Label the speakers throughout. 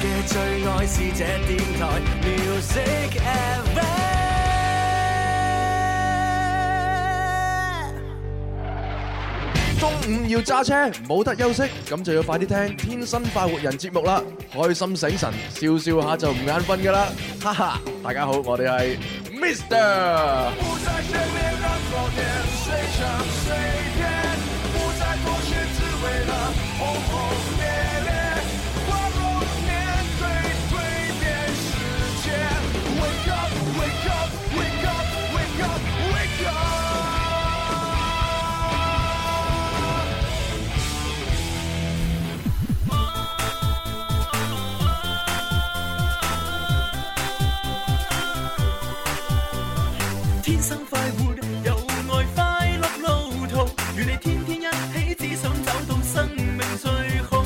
Speaker 1: 嘅最愛是這電台 Music FM。
Speaker 2: 中午要揸車，冇得休息，咁就要快啲聽《天生快活人》節目啦！開心醒神，笑笑下就唔眼瞓噶啦，哈哈！大家好，我哋係 Mr。
Speaker 3: 不再见面，让昨天谁唱谁甜，不再妥协，只为了轰轰烈烈。光荣面对蜕变世界，Wake up，Wake up，Wake up，Wake up，Wake up。
Speaker 4: 天生快活，有愛快樂路途，與你天天一起，只想找到生命最好。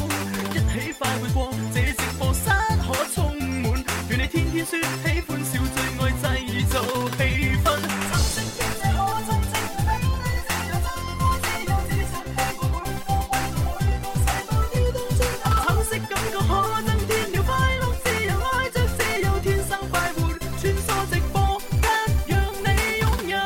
Speaker 4: 一起快活過，這直播室可充滿，與你天天説喜歡笑，最愛製造氣氛。珍惜天際可珍惜，不珍惜又怎麼知有自信？我每個溫度每個細胞要都知道。橙色感覺可增添了快樂，自由愛着自由，天生快活，穿梭直播間，讓你擁有。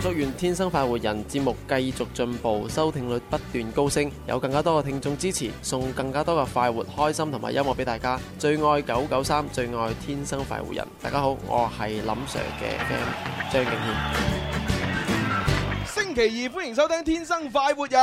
Speaker 5: 祝願《天生快活人》節目繼續進步，收聽率不斷高升，有更加多嘅聽眾支持，送更加多嘅快活、開心同埋音樂俾大家。最愛九九三，最愛《天生快活人》。大家好，我係林 Sir 嘅 fan 張敬軒。
Speaker 6: 星期二歡迎收聽《天生快活人》。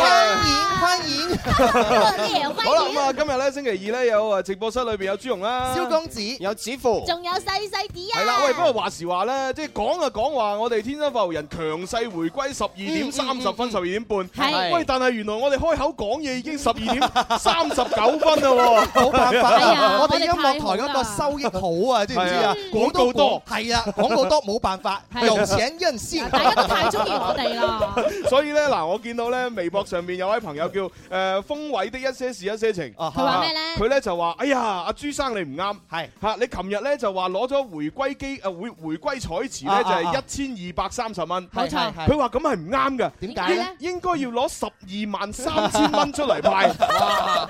Speaker 7: 歡
Speaker 6: 迎
Speaker 7: 歡迎歡迎
Speaker 6: 好啦，咁啊，今日咧星期二咧有啊直播室裏邊有朱容啦，
Speaker 7: 蕭公子
Speaker 6: 有子富。
Speaker 7: 仲有細細啲啊！
Speaker 6: 係啦，喂，不過話時話咧，即係講就講話，我哋天生快活人強勢回歸十二點三十分、十二點半。
Speaker 7: 係
Speaker 6: 喂，但係原來我哋開口講嘢已經十二點三十九分啦喎，
Speaker 8: 冇辦法啊係啊我哋
Speaker 6: 音樂台嗰個收益好啊，知
Speaker 8: 唔知啊
Speaker 6: 廣告多
Speaker 8: 係 啊廣告多冇辦法
Speaker 6: 係
Speaker 8: 有錢任性
Speaker 9: 大家都太中意我 哋啦。
Speaker 6: 所以咧嗱，我見到咧微博上面有位朋友叫誒風偉的一些事一些情，佢
Speaker 9: 話咩咧
Speaker 6: 佢咧就話：哎呀，阿朱生你唔啱，係嚇你琴日咧就話攞咗回歸機誒回回歸彩池咧
Speaker 9: 啊
Speaker 6: 就
Speaker 9: 啊啊
Speaker 6: 係一千二百三十蚊，
Speaker 9: 冇錯係係
Speaker 6: 佢話咁係唔啱嘅，點
Speaker 9: 解咧
Speaker 6: 應該要攞十二萬三千蚊 出嚟派，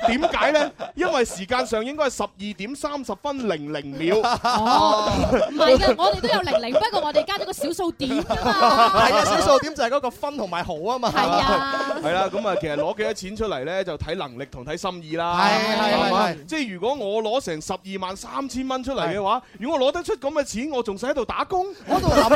Speaker 6: 點解咧？因為時間上應該係十二點三十分零零秒。
Speaker 9: 哦唔係 嘅，我哋都有零零，不過我哋加咗個小數點㗎嘛。
Speaker 8: 係啊，小數點就係嗰個分同埋毫啊嘛。係
Speaker 9: 啊，
Speaker 6: 係啦，咁啊，其實攞幾多錢出嚟咧，就睇能力同睇心意啦。
Speaker 8: 係係
Speaker 6: 係嘛
Speaker 8: 係
Speaker 6: 即係如果我攞成十二萬三千蚊出嚟嘅話，如果我攞得出咁嘅錢，我仲使喺度打工？
Speaker 8: 我度 諗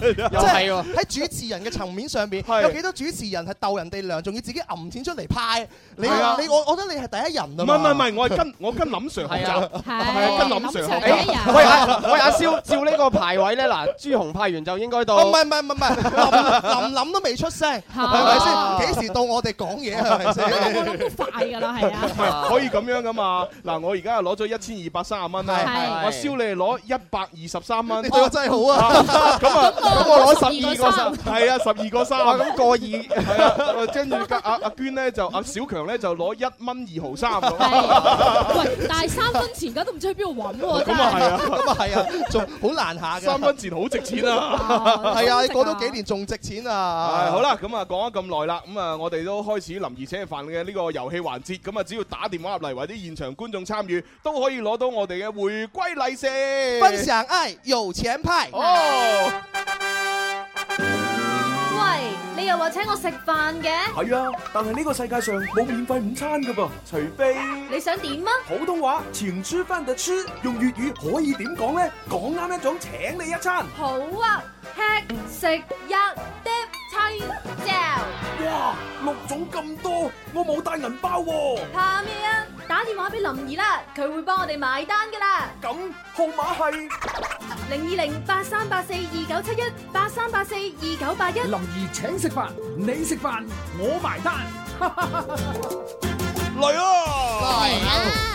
Speaker 6: 咧，
Speaker 8: 即係喺主持人嘅層面上邊，有幾多主持人係鬥人哋糧，仲要自己揞錢出嚟派？你
Speaker 6: 係啊
Speaker 8: 你我我覺得你係第一人
Speaker 6: 唔
Speaker 8: 啊
Speaker 6: 係
Speaker 8: 嘛！
Speaker 6: 唔係唔係，我係跟我跟林 Sir 學習， 係啊跟林 Sir 學習。
Speaker 10: 喂阿喂阿蕭，照呢個排位咧，嗱朱紅派完就應該到。
Speaker 8: 哦唔係唔係唔係，林林林都未出聲，係咪先？幾時到我哋講嘢 係咪先？
Speaker 9: 快㗎啦，係啊。
Speaker 6: 唔係可以咁樣噶 嘛？嗱，我而家又攞咗一千二百三十蚊啦，
Speaker 9: 係
Speaker 6: 我燒你哋攞一百二十三 蚊，
Speaker 8: 你對我真係好啊
Speaker 6: 咁啊，
Speaker 8: 咁我攞12個三
Speaker 6: 係啊，十二個三，
Speaker 8: 哇咁
Speaker 6: 過二，係啊，跟住阿阿娟咧就阿小強咧就攞一蚊二毫三咁。
Speaker 9: 喂，但係三分錢而家都唔知去邊度揾喎，真
Speaker 6: 咁啊係啊，
Speaker 9: 係。
Speaker 8: 咁啊係啊，仲好難下嘅。
Speaker 6: 三分錢好值錢啊！
Speaker 8: 係啊，你過多幾年仲值錢啊！
Speaker 6: 係好啦，咁啊講咗咁耐啦，咁啊我哋都開始林兒請飯嘅呢個遊戲環節，咁啊只要打電話入嚟或者現場觀眾參與，都可以攞到我哋嘅回歸禮食。
Speaker 8: 分享愛，有錢派。
Speaker 6: 哦，
Speaker 11: 喂，你又話請我食飯嘅？
Speaker 12: 係啊，但係呢個世界上冇免費午餐噶噃，除非
Speaker 11: 你想點啊？
Speaker 12: 普通話錢出翻就出，用粵語可以點講呢？講啱一種請你一餐。
Speaker 11: 好啊，吃食一碟青椒。
Speaker 12: 哇，六種咁多，我冇帶銀包喎、
Speaker 11: 怕咩啊？打電話俾林兒啦，佢會幫我哋埋單噶啦。
Speaker 12: 咁號碼係
Speaker 11: 零二零八三八四二九七一八三八四二九八一。
Speaker 13: 林兒請食飯，你食飯，我埋 單。
Speaker 6: 嚟啊！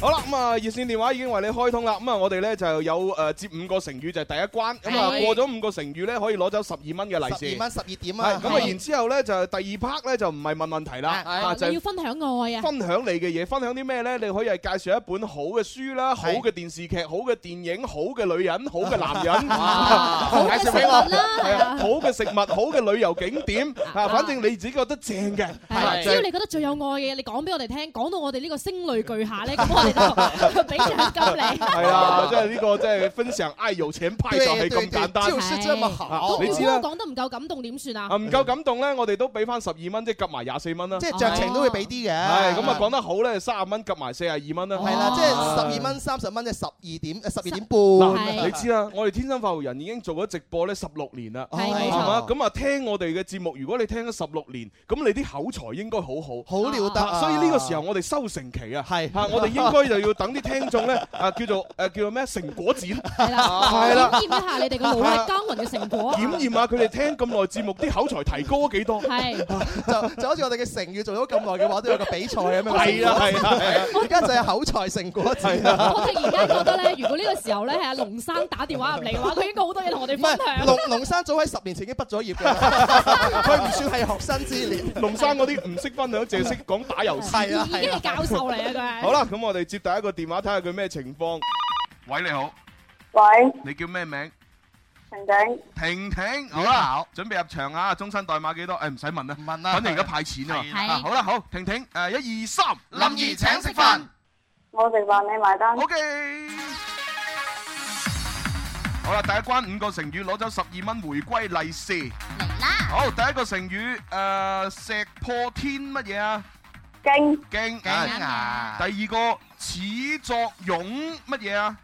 Speaker 6: 好啦，咁啊熱線電話已經為你開通啦，咁啊我哋咧就有誒接五個成語就係第一關，咁啊
Speaker 8: 係
Speaker 6: 過咗五個成語咧可以攞走十二蚊嘅利是。
Speaker 8: 12蚊12點
Speaker 6: 係
Speaker 8: 啊
Speaker 6: 咁啊
Speaker 8: 係
Speaker 6: 然之後咧就第二 part 咧就唔係問問題啦，啊就
Speaker 9: 你
Speaker 6: 係
Speaker 9: 要分享愛啊！
Speaker 6: 分享你嘅嘢，分享啲咩呢？你可以係介紹一本好嘅書啦，好嘅電視劇，好嘅電影，好嘅女人，好嘅男人，啊
Speaker 9: 好嘅
Speaker 6: 介紹俾我
Speaker 9: 食物啦
Speaker 6: 係啊好嘅食物，好嘅旅遊景點，啊，反正你自己覺得正嘅，
Speaker 9: 係
Speaker 6: 啊
Speaker 9: 只要你覺得最有愛嘅嘢，你講俾我哋聽，講到我哋呢個聲淚俱下咧，咁我哋
Speaker 6: 啊
Speaker 11: 度，俾獎金你。
Speaker 6: 係啊，即係呢個即係分享愛有錢派就係咁簡單，
Speaker 11: 咁如
Speaker 6: 啊你知啦。
Speaker 11: 果我講得唔夠感動點算啊？
Speaker 6: 啊，唔夠感動咧，我哋都俾翻十二蚊，即係夾埋廿四蚊啦。
Speaker 8: 即係酌情都會俾啲嘅
Speaker 6: 係咁啊，講得好咧，三十蚊夾埋四十二蚊啦。
Speaker 8: 係啦，即係十二蚊、三十蚊，即係十二點、十二點半。啊
Speaker 6: 嗱，你知啦，我哋天生發育人已經做咗直播咧十六年啦，
Speaker 8: 係冇錯
Speaker 6: 嘛？咁啊，聽我哋嘅節目，如果你聽咗十六年，咁你啲口才應該好好，
Speaker 8: 好了得啊
Speaker 6: 所以呢個時候我哋收成期啊，
Speaker 8: 係
Speaker 6: 啊，我哋應該就要等啲聽眾咧啊，叫做誒叫做咩成果展，係
Speaker 11: 啦
Speaker 6: 係啦，
Speaker 11: 檢驗一下你哋嘅努力耕耘嘅成果。
Speaker 6: 檢驗下佢哋聽咁耐節目啲口才提高咗幾多，
Speaker 11: 係
Speaker 8: 就就好似我哋嘅成語做咗咁耐嘅話，都有個比賽咁樣。
Speaker 6: 係啊係啊係啊啊
Speaker 8: 而家就係口才成果展
Speaker 11: 我突然間覺得咧，如果呢個時候咧係阿龍生打電話入嚟嘅話，佢應該好多嘢同我哋分享。
Speaker 8: 龍龍山早喺十年前已經畢咗業 㗎啦，佢唔算係學生之列。
Speaker 6: 龍山嗰啲唔識分享，淨係識講打遊戲，
Speaker 8: 係啊係啊已經係
Speaker 11: 教授嚟啊佢係
Speaker 6: 好啦，咁我哋接第一個電話睇下佢咩情況。喂，你好，
Speaker 14: 喂，
Speaker 6: 你叫咩名？
Speaker 14: 婷婷，
Speaker 6: 婷婷，好啦，準備入場啊！終身代碼幾多？誒，唔使問啦，問啦，反正而家派錢啊嘛。
Speaker 14: 係
Speaker 6: 啊好啦，好，婷婷，誒，一二三，
Speaker 14: 林怡請食飯，我食飯你埋單。
Speaker 6: O K。好啦，第一關五個成語攞走十二蚊回歸利是。嚟啦！好，第一個成語誒，石破天乜嘢啊？
Speaker 14: 驚
Speaker 6: 驚
Speaker 14: 驚啊
Speaker 6: 第二個始作俑乜嘢啊？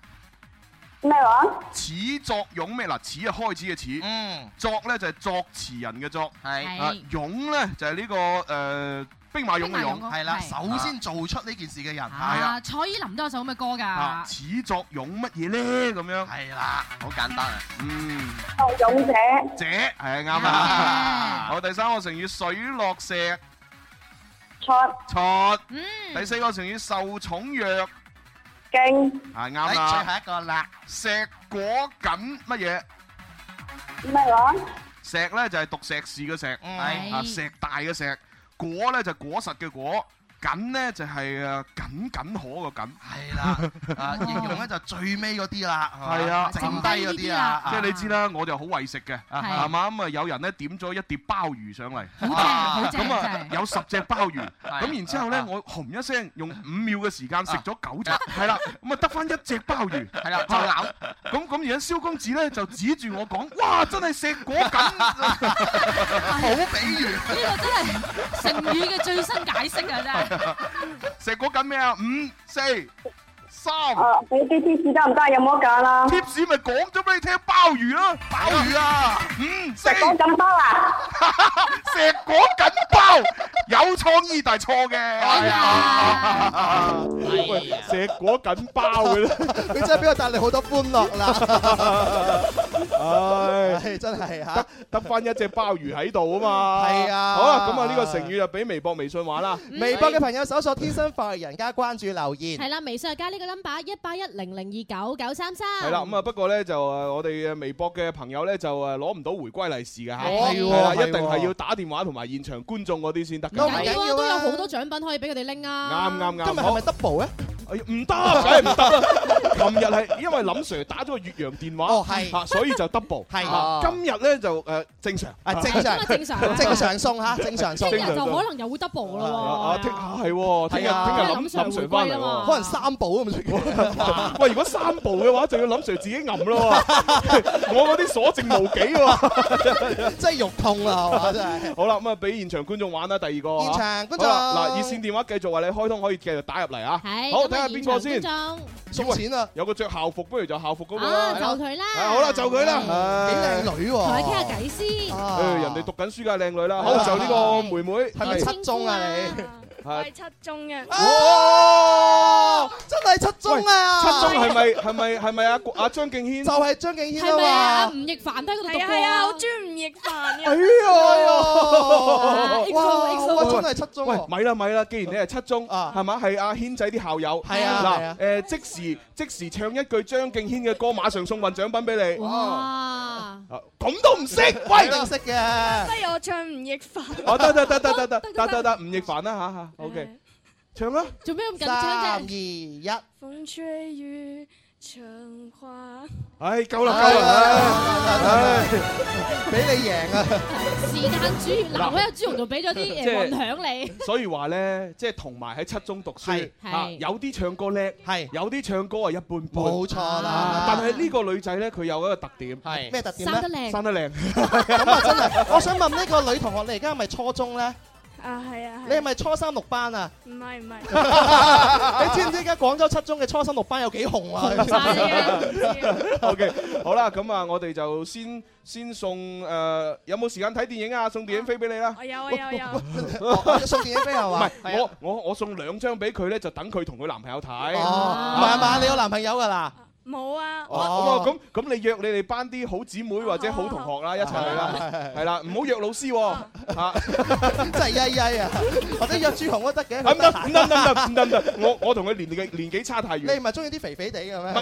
Speaker 14: 咩話？
Speaker 6: 始作俑咩？嗱，始啊開始嘅始，嗯，作咧就係作詞人嘅作，係
Speaker 14: 係
Speaker 6: 啊，俑咧就係呢個誒兵馬俑嘅
Speaker 4: 兵馬俑
Speaker 6: 俑，
Speaker 4: 嗰個係啦係首先
Speaker 6: 做出呢件事嘅人，係
Speaker 4: 啊，
Speaker 6: 啊。
Speaker 4: 蔡依林都有首咁嘅歌
Speaker 6: 啊
Speaker 4: 㗎！。
Speaker 6: 始作俑乜嘢咧？咁樣係啦，好簡單啊。嗯，
Speaker 14: 作俑者，
Speaker 6: 者係啱啊。 好，第三個成語水落石
Speaker 14: 出
Speaker 6: 出。第四個成語受寵若
Speaker 14: 驚
Speaker 6: 係啱啦。
Speaker 14: 哎最後
Speaker 6: 一個啦。石果緊乜嘢？
Speaker 14: 咩話？
Speaker 6: 石咧就係讀碩士嘅石，
Speaker 14: 嗯
Speaker 6: 啊石大嘅石，果咧就果實嘅果，緊咧就係啊誒緊緊可個緊，係啦，啊
Speaker 4: 形容
Speaker 6: 咧就
Speaker 4: 最尾嗰啲啦
Speaker 6: 係啊，
Speaker 4: 剩低嗰啲啊，
Speaker 6: 即係你知啦，我就好為食嘅，係嘛咁啊？有人咧點咗一碟鮑魚上嚟，好正
Speaker 4: 好正
Speaker 6: 咁
Speaker 4: 真
Speaker 6: 啊
Speaker 4: 係
Speaker 6: 有十隻鮑魚，咁然之後咧我紅一聲，用五秒嘅時間食咗九隻，係啦，啊咁啊得翻一隻鮑魚，係啦，就咬。咁咁而家蕭公子咧就指住我講：，哇！真係石果 緊。好比喻，呢
Speaker 4: 個真係成語嘅最新解釋啊！真係。
Speaker 6: 石果緊咩啊？五、四、三。
Speaker 14: 啊，俾啲 t 士得唔得？有冇得揀啊？
Speaker 6: 貼士咪講咗俾你聽，鮑魚啦，鮑魚啊，五、四。石果
Speaker 14: 緊包 啊！
Speaker 6: 石果緊包，有創意但係錯嘅。係啊。喂，石果緊包嘅咧。
Speaker 8: 佢真係俾我帶嚟好多歡樂啦！
Speaker 6: 唉
Speaker 8: 唉，真係嚇，
Speaker 6: 得翻一隻鮑魚喺度啊嘛。
Speaker 8: 係啊
Speaker 6: 好啦，咁啊呢個成語就俾微博、微信玩啦。
Speaker 8: 微博嘅朋友搜索天生快育人家關注留言。
Speaker 11: 係啦，微信就加呢個 number 一八一零零二九九三三。
Speaker 6: 係啦，咁啊不過咧就誒我哋嘅微博嘅朋友咧就誒攞唔到回歸利是嘅嚇，
Speaker 8: 哦係喎
Speaker 6: 係啦，
Speaker 8: 係喎
Speaker 6: 一定係要打電話同埋現場觀眾嗰啲先得㗎。
Speaker 11: 唔緊要啊，都有好多獎品可以俾佢哋拎啊！
Speaker 6: 啱啱啱。
Speaker 11: 今日
Speaker 6: 係
Speaker 8: 咪 double 咧？
Speaker 6: 唔得，梗係唔得啦！琴日係因為林 Sir 打咗個越洋電話，
Speaker 8: 哦係
Speaker 6: 啊所以就 double。
Speaker 8: 係
Speaker 6: 啊今日咧就誒正常，
Speaker 8: 啊正常咁啊正常正常送嚇正常送
Speaker 11: 聽日就可能又會 double
Speaker 6: 啊
Speaker 11: 咯
Speaker 6: 啊，聽啊係喎，聽日
Speaker 8: 係啊
Speaker 6: 聽日
Speaker 8: 因為
Speaker 6: 林
Speaker 8: 林 Sir
Speaker 6: 林 Sir
Speaker 8: 回
Speaker 6: 翻
Speaker 8: 歸
Speaker 6: 嚟
Speaker 8: 啊
Speaker 6: 喎
Speaker 8: 嘛，可能三步咁
Speaker 6: 算。 喂，如果三步嘅話，就要林 Sir 自己揞咯 喎。我嗰啲所剩無幾喎，
Speaker 8: 真係肉痛啦係嘛真係。
Speaker 6: 好啦，咁啊，俾現場觀眾玩啦，第二個啊。
Speaker 8: 現場觀眾
Speaker 6: 好啦嗱，熱線電話繼續話你開通，可以繼續打入嚟啊。
Speaker 11: 係
Speaker 6: 好
Speaker 11: 咁啊
Speaker 6: 睇下邊個先
Speaker 11: 現場觀眾。
Speaker 6: 送錢啊！有個着校服，不如就校服嗰個
Speaker 11: 啊，
Speaker 6: 啦。係啦
Speaker 11: 就佢啦。
Speaker 6: 啊好啦，就佢啦。
Speaker 8: 幾靚女喎
Speaker 11: 同佢傾下偈先。
Speaker 6: 誒，人哋讀緊書㗎，靚女啦。好，就呢個妹妹係
Speaker 8: 咪七中啊你？
Speaker 6: 係
Speaker 15: 七中嘅，
Speaker 8: 哦，真係七中啊！
Speaker 6: 七中係咪係咪係咪啊？阿張敬軒
Speaker 8: 就係張敬軒
Speaker 11: 係咪啊？
Speaker 8: 啊
Speaker 11: 吳亦凡都喺嗰度讀
Speaker 15: 係啊
Speaker 11: 過
Speaker 15: 係啊，我中意吳亦凡嘅。
Speaker 6: 哎
Speaker 8: 呀
Speaker 15: 啊
Speaker 8: 哇
Speaker 15: XO
Speaker 8: 哇真係七中
Speaker 6: 喂
Speaker 8: 喎，啊
Speaker 6: 咪啦咪啦，既然你係七中，係嘛係阿軒仔啲校友，
Speaker 8: 係啊係啊
Speaker 6: 嗱誒即時即時唱一句張敬軒嘅歌，馬上送份獎品俾你。
Speaker 15: Ờ.
Speaker 6: 啊 Ờ.
Speaker 11: 哇！
Speaker 6: 咁都唔識，喂，
Speaker 8: 一定識嘅。
Speaker 15: 不如我唱吳亦凡。
Speaker 6: 哦得得得得得得得得得，吳亦凡啦吓吓，OK，唱啦。
Speaker 11: 做咩咁緊
Speaker 8: 三
Speaker 11: 張
Speaker 15: Dạ.
Speaker 8: 二
Speaker 11: 啫？
Speaker 8: 一，
Speaker 15: 風吹雨长话。
Speaker 6: 唉，夠啦，夠
Speaker 15: à? Ờ.
Speaker 6: 啦，
Speaker 11: Ờ.
Speaker 8: 俾你贏啊！
Speaker 11: 時間主義嗱，我有朱紅就俾咗啲
Speaker 6: 即
Speaker 11: 誒
Speaker 6: 係
Speaker 11: 混響你。
Speaker 6: 所以話咧，即係同埋喺七中讀書，
Speaker 11: 係
Speaker 6: 啊有啲唱歌叻，有啲唱歌係一般般，
Speaker 8: 冇錯啦
Speaker 6: 啊但係呢個女仔咧，佢有一個特點，係
Speaker 8: 咩特點呢生得靚
Speaker 6: 生得靚，
Speaker 8: 咁啊，真係，我想問呢個女同學，你而家係咪初中咧？
Speaker 15: 啊，係啊，
Speaker 8: 你係咪初三六班 啊？
Speaker 15: 唔係唔 係。
Speaker 8: 你知唔知而家廣州七中嘅初三六班有幾 紅啊？
Speaker 11: 啊
Speaker 6: OK，好啦，咁啊，我哋就先先送誒，有冇時間睇電影啊？送電影飛俾你啦。
Speaker 15: 我有啊有有。啊
Speaker 8: 我 送電影飛係啊
Speaker 6: 唔
Speaker 8: 嘛？
Speaker 6: 係，我我我送兩張俾佢咧，就等佢同佢男朋友睇。啊
Speaker 8: 哦，唔係嘛？你有男朋友㗎啦？
Speaker 15: 冇啊。
Speaker 6: 哦，咁咁你約你哋班啲好姊妹或者好同學啦，一齊去啦，係啦，唔好約老師喎，嚇，
Speaker 8: 真係曳曳啊！或者約朱紅都得嘅。
Speaker 6: 唔得唔得唔 得唔得唔得，我我同佢年紀年紀差太
Speaker 8: 你
Speaker 6: 遠
Speaker 8: 唔，係中意啲肥肥地嘅咩？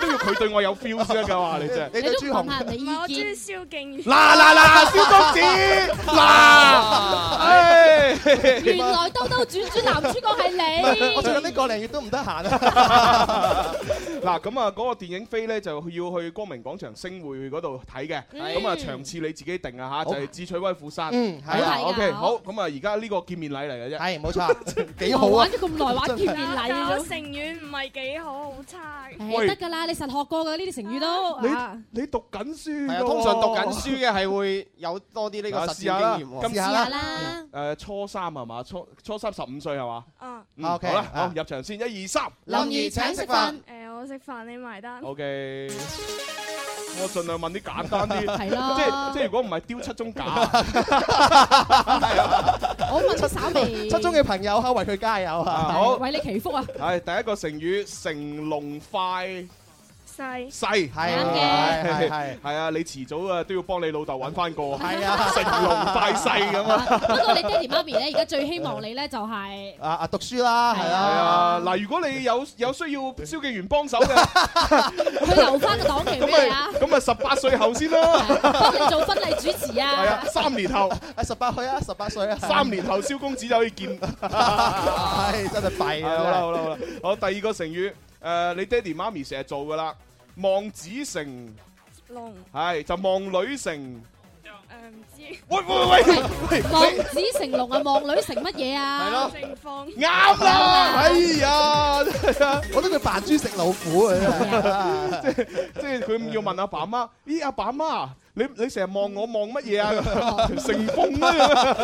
Speaker 6: 都要佢對我有 feel 先得㗎嘛，你真
Speaker 8: 你
Speaker 6: 係。
Speaker 8: 對朱紅
Speaker 15: 唔係我中意蕭敬元。
Speaker 6: 嗱嗱嗱，蕭公子，嗱，唉，
Speaker 11: 原來兜兜轉轉男主角係
Speaker 8: 唔係 我最近
Speaker 11: 你。
Speaker 8: 呢個零月都唔得閒啊！
Speaker 6: 嗱咁啊，嗰個電影飛咧就要去光明廣場星匯嗰度睇嘅，
Speaker 8: 嗯
Speaker 6: 咁啊場次你自己定啊嚇，
Speaker 8: 好
Speaker 6: 就係智取威虎山。
Speaker 8: 嗯係啊
Speaker 6: 好
Speaker 8: 好睇㗎
Speaker 6: OK，好
Speaker 8: 好
Speaker 6: 咁啊，而家呢個見面禮嚟嘅啫。
Speaker 8: 係冇錯， 幾
Speaker 11: 玩咗咁耐，玩見面禮
Speaker 15: 但我
Speaker 11: 啊
Speaker 15: 成語唔係幾好，好差。
Speaker 11: 誒得㗎啦，你實學過㗎呢啲成語都。啊
Speaker 6: 你讀緊書
Speaker 16: 係啊，
Speaker 6: 㗎
Speaker 16: 通常讀
Speaker 6: 喎
Speaker 16: 緊書嘅係會有多啲呢個
Speaker 6: 啊
Speaker 16: 實
Speaker 6: 試下啦
Speaker 16: 踐經驗喎。
Speaker 6: 今次試下啦。誒初三係嘛？初初三十五歲係嘛？
Speaker 15: 嗯
Speaker 6: 嗯好
Speaker 16: OK，
Speaker 6: 啦，
Speaker 16: 啊
Speaker 6: 好入場先，一二三，
Speaker 15: 誒，我食飯你埋單。
Speaker 6: OK，我盡量問啲簡單啲，
Speaker 15: 係咯
Speaker 6: 即係即係如果唔係丟七中假，
Speaker 11: 我問你稍微
Speaker 8: 七中嘅朋友嚇，為佢加油啊！
Speaker 6: 好
Speaker 11: 為你祈福啊！
Speaker 6: 係第一個成語，乘龍快。
Speaker 15: 細
Speaker 6: 細
Speaker 8: 係啱嘅係係
Speaker 6: 係啊！你遲早啊都要幫你老豆揾翻個，
Speaker 8: 係啊
Speaker 6: 成龍快細咁啊！
Speaker 11: 不過你爹哋媽咪咧，而家最希望你咧就係
Speaker 8: 啊啊，讀書啦，係
Speaker 6: 係
Speaker 8: 啊。
Speaker 6: 啊！嗱，如果你有有需要蕭敬元幫手 嘅，
Speaker 11: 佢留翻個檔期俾你啊！
Speaker 6: 咁咪十八歲後先啦。
Speaker 11: 幫你做婚禮主持
Speaker 6: 係
Speaker 11: 啊
Speaker 6: 啊，！三年 後，
Speaker 8: 啊十八歲啊，十八歲啊，
Speaker 6: 三年後蕭公子就可以見。
Speaker 8: 唉，真係弊啊！
Speaker 6: 好啦好啦好啦，好第二個成語，誒你爹哋媽咪成日做噶啦，望子成
Speaker 15: 龍
Speaker 6: 係就望女成。
Speaker 15: 誒唔知。
Speaker 6: 喂喂喂喂
Speaker 11: 望子成龍啊，望女成乜嘢啊？
Speaker 6: 係咯
Speaker 15: 盛放。
Speaker 6: 啱啦！哎呀，
Speaker 8: 我覺得佢扮豬食老虎 啊！真係
Speaker 6: 即係佢要問阿爸媽，咦阿爸媽，啊你你成日望我望乜 嘢啊？成風啊！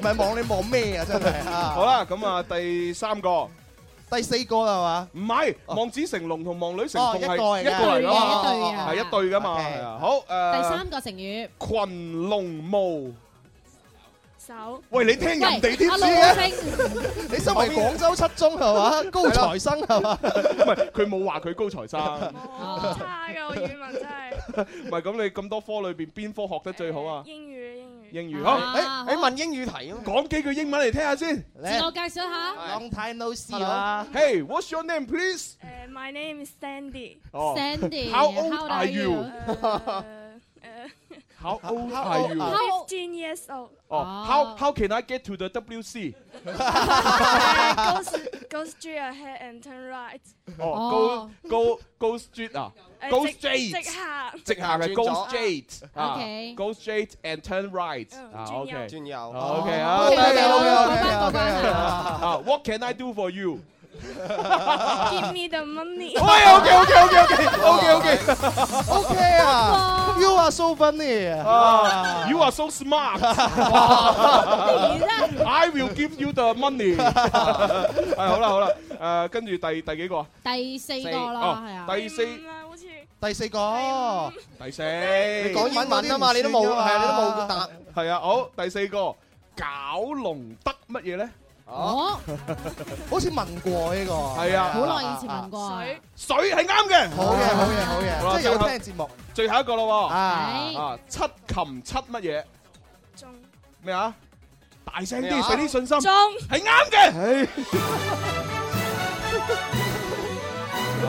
Speaker 8: 唔係望你望咩啊！真 係啊！
Speaker 6: 好啦，咁啊第三個。
Speaker 8: 第四個啦
Speaker 6: 係嘛？唔係，望子成龍同望女成
Speaker 8: 哦
Speaker 6: 鳳係
Speaker 8: 一個嚟㗎
Speaker 6: 一個嚟㗎
Speaker 8: 一對
Speaker 6: 嘛，
Speaker 8: 啊
Speaker 6: 係一對㗎嘛。係啊好誒，
Speaker 11: 第三個成語。
Speaker 6: 群龍無。
Speaker 15: 手。
Speaker 6: 喂，你聽人哋
Speaker 11: 喂
Speaker 6: 啲啊
Speaker 11: 阿
Speaker 6: 知
Speaker 11: 老
Speaker 6: 嘅，
Speaker 11: 星，
Speaker 8: 你身為廣州七中係嘛，高材生係嘛？
Speaker 6: 唔係佢冇話佢高材
Speaker 11: 哦
Speaker 6: 生，
Speaker 15: 好差㗎，我語文真係。
Speaker 6: 唔係咁你咁多科裏邊邊科學得最好啊？
Speaker 15: 英語英語。
Speaker 6: 英語好，
Speaker 11: 啊
Speaker 6: 誒你問英語題啊，講幾句英文嚟聽下先。
Speaker 11: 自我介紹一下
Speaker 8: Long time no see
Speaker 6: 啦。Hey, what's your name, please？
Speaker 15: 誒，my Uh, name is Sandy。
Speaker 6: 哦
Speaker 11: Sandy,
Speaker 6: How old
Speaker 11: how old
Speaker 6: are
Speaker 11: are you？
Speaker 6: you？How old are you？
Speaker 15: Fifteen years old。
Speaker 6: 哦，How how can I get to the WC？
Speaker 15: Goes goes straight ahead and turn right。
Speaker 6: 哦，go Oh, go go straight 啊，go
Speaker 15: 誒直
Speaker 6: straight，
Speaker 15: 直下
Speaker 6: 直下嘅
Speaker 15: 轉
Speaker 6: go
Speaker 15: 左
Speaker 6: straight 啊
Speaker 15: OK
Speaker 6: ，go straight and turn right 啊
Speaker 15: 轉右
Speaker 6: ，OK，
Speaker 16: 轉右
Speaker 6: ，OK
Speaker 16: 哦
Speaker 6: 啊
Speaker 16: ，OK，
Speaker 6: 得嘅
Speaker 16: 好嘅好
Speaker 6: 好嘅
Speaker 16: 嘅
Speaker 6: 好
Speaker 16: 好嘅
Speaker 6: 嘅好嘅
Speaker 16: 好
Speaker 6: 啊，What can I do for you？
Speaker 15: Give me the money。
Speaker 6: 喂，OK，OK，OK，OK，OK，OK
Speaker 8: OK
Speaker 6: à.
Speaker 8: 啊，You are so funny 啊！
Speaker 6: 哦啊，You are so smart。I will give you the money。係好啦好啦，誒跟住第第幾個啊？
Speaker 11: 第四個
Speaker 6: 哦
Speaker 11: 啦，係啊。
Speaker 6: 第四
Speaker 8: 第四個，
Speaker 6: 第四。
Speaker 8: 你
Speaker 6: 你
Speaker 8: 講英文啊嘛，你都冇係你都冇答。
Speaker 6: 係啊，好第四個，搞龍得乜嘢咧？
Speaker 11: 哦，
Speaker 8: 好似問過呢個，
Speaker 6: 係啊好耐以前
Speaker 11: 問過啊。
Speaker 6: 水係啱嘅。
Speaker 8: 好嘅，好嘅，好
Speaker 6: 好啦
Speaker 8: 嘅，即係有
Speaker 6: 最後
Speaker 8: 聽節目。
Speaker 6: 最後一個咯喎。
Speaker 8: 係
Speaker 6: 啊，七擒七乜嘢？
Speaker 15: 中
Speaker 6: 咩啊？大聲啲，
Speaker 15: 咩啊
Speaker 6: 俾啲信心。
Speaker 15: 中
Speaker 6: 係啱嘅。哇！好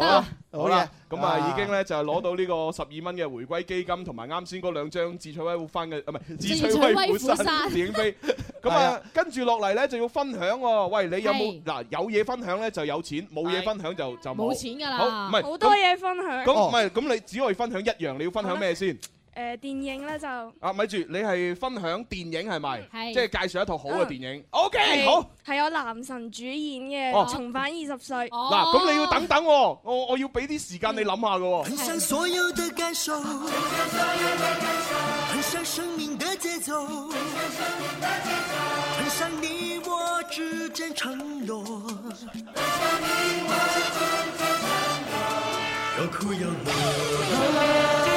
Speaker 6: 啦，
Speaker 8: 好
Speaker 6: 好啦，
Speaker 8: 嘢
Speaker 6: 咁啊
Speaker 8: 啊
Speaker 6: 已經咧就攞到呢個十二蚊嘅回歸基金，同埋啱先嗰兩張智取威虎翻嘅，啊唔係智取威虎山
Speaker 8: 智取威虎山
Speaker 6: 電影飛。咁
Speaker 8: 係
Speaker 6: 啊
Speaker 8: 啊，
Speaker 6: 跟住落嚟咧就要分享喎。喂，你有
Speaker 11: 係
Speaker 6: 冇嗱有嘢分享咧就有錢，冇嘢分享就就
Speaker 11: 冇錢㗎啦
Speaker 6: 好，唔係
Speaker 15: 好多。嘢分享。
Speaker 6: 咁咁唔係咁，你只可以分享一樣，你要分享咩先？
Speaker 15: 誒電影咧就
Speaker 6: 啊，咪住，你係分享電影係咪？
Speaker 15: 係
Speaker 6: 即係介紹一套好嘅電影。O
Speaker 15: 係
Speaker 6: K，好。
Speaker 15: 係有男神主演嘅
Speaker 6: 哦
Speaker 15: 《重返二十歲》。
Speaker 6: 嗱，咁你要等等喎，我我要俾啲時間你諗下嘅
Speaker 17: 很像
Speaker 6: 喎。
Speaker 17: 所有的感受，很像生命的节奏，很像你我之间承诺。有哭有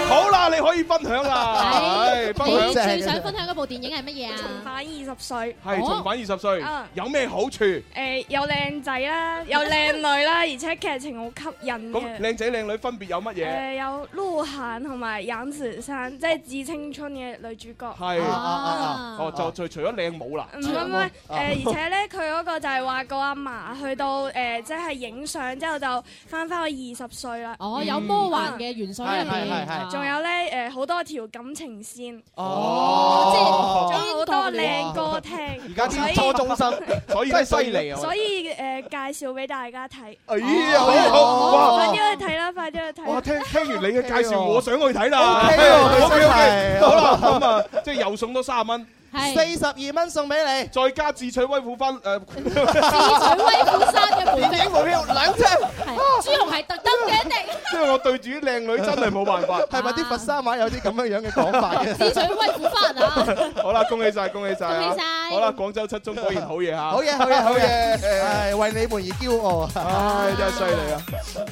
Speaker 6: 好啦，你可以分享啦，
Speaker 11: 係
Speaker 6: 唉，分享
Speaker 11: 你最想分享嗰部電影係乜嘢啊？哦
Speaker 15: 重返二十歲。
Speaker 6: 係重返二十歲
Speaker 15: 嗯，
Speaker 6: 有咩好處？
Speaker 15: 誒有靚 仔啦，有靚女啦，而且劇情好吸引
Speaker 6: 咁
Speaker 15: 嘅。
Speaker 6: 靚仔靚女分別有乜嘢？
Speaker 15: 誒有鹿晗同埋尹慈山，即係《致青春》嘅女主角。嗯
Speaker 6: 係
Speaker 15: 啊
Speaker 6: 哦，就就除咗靚舞啦。
Speaker 15: 唔係唔係誒，啊而且咧佢嗰個就係話個阿嫲去到誒，即係影相之後就翻返去二十歲啦。
Speaker 11: 哦有魔幻嘅元素喺入邊係係係係
Speaker 15: 仲有咧誒好多條感情線。
Speaker 11: 哦
Speaker 15: 即係仲有好多靚歌聽。
Speaker 6: 而家
Speaker 15: 所以
Speaker 6: 啲初中生， 所以真 係犀利啊！
Speaker 15: 所以誒介紹俾大家睇。哦
Speaker 6: 哎呀好嘢好哇
Speaker 15: 快啲去睇啦！快啲去睇。
Speaker 6: 哇！聽聽完你嘅介紹，我想去睇啦。
Speaker 8: OK 喎
Speaker 6: OK
Speaker 8: 真
Speaker 6: OK，
Speaker 8: 係
Speaker 6: 好啦，咁啊，即係又送多三十蚊，
Speaker 8: 四十二蚊送俾你，
Speaker 6: 再加智取威虎翻誒。
Speaker 11: 智取威虎山嘅門票。
Speaker 8: 啊電影門票兩張。
Speaker 11: 係，朱紅係特登嘅，一定。
Speaker 6: 因為我對住啲靚女真係冇辦法。
Speaker 8: 係咪啲佛山話有啲咁樣樣嘅講法嘅？
Speaker 11: 智取威虎翻啊！
Speaker 6: 好啦，恭喜晒，恭喜晒啊，
Speaker 8: 恭喜晒
Speaker 6: 好啦，廣州七中果然好嘢嚇。
Speaker 8: 好嘢，好嘢，好嘢！係為你們而驕傲啊！
Speaker 6: 唉，真係犀利啊！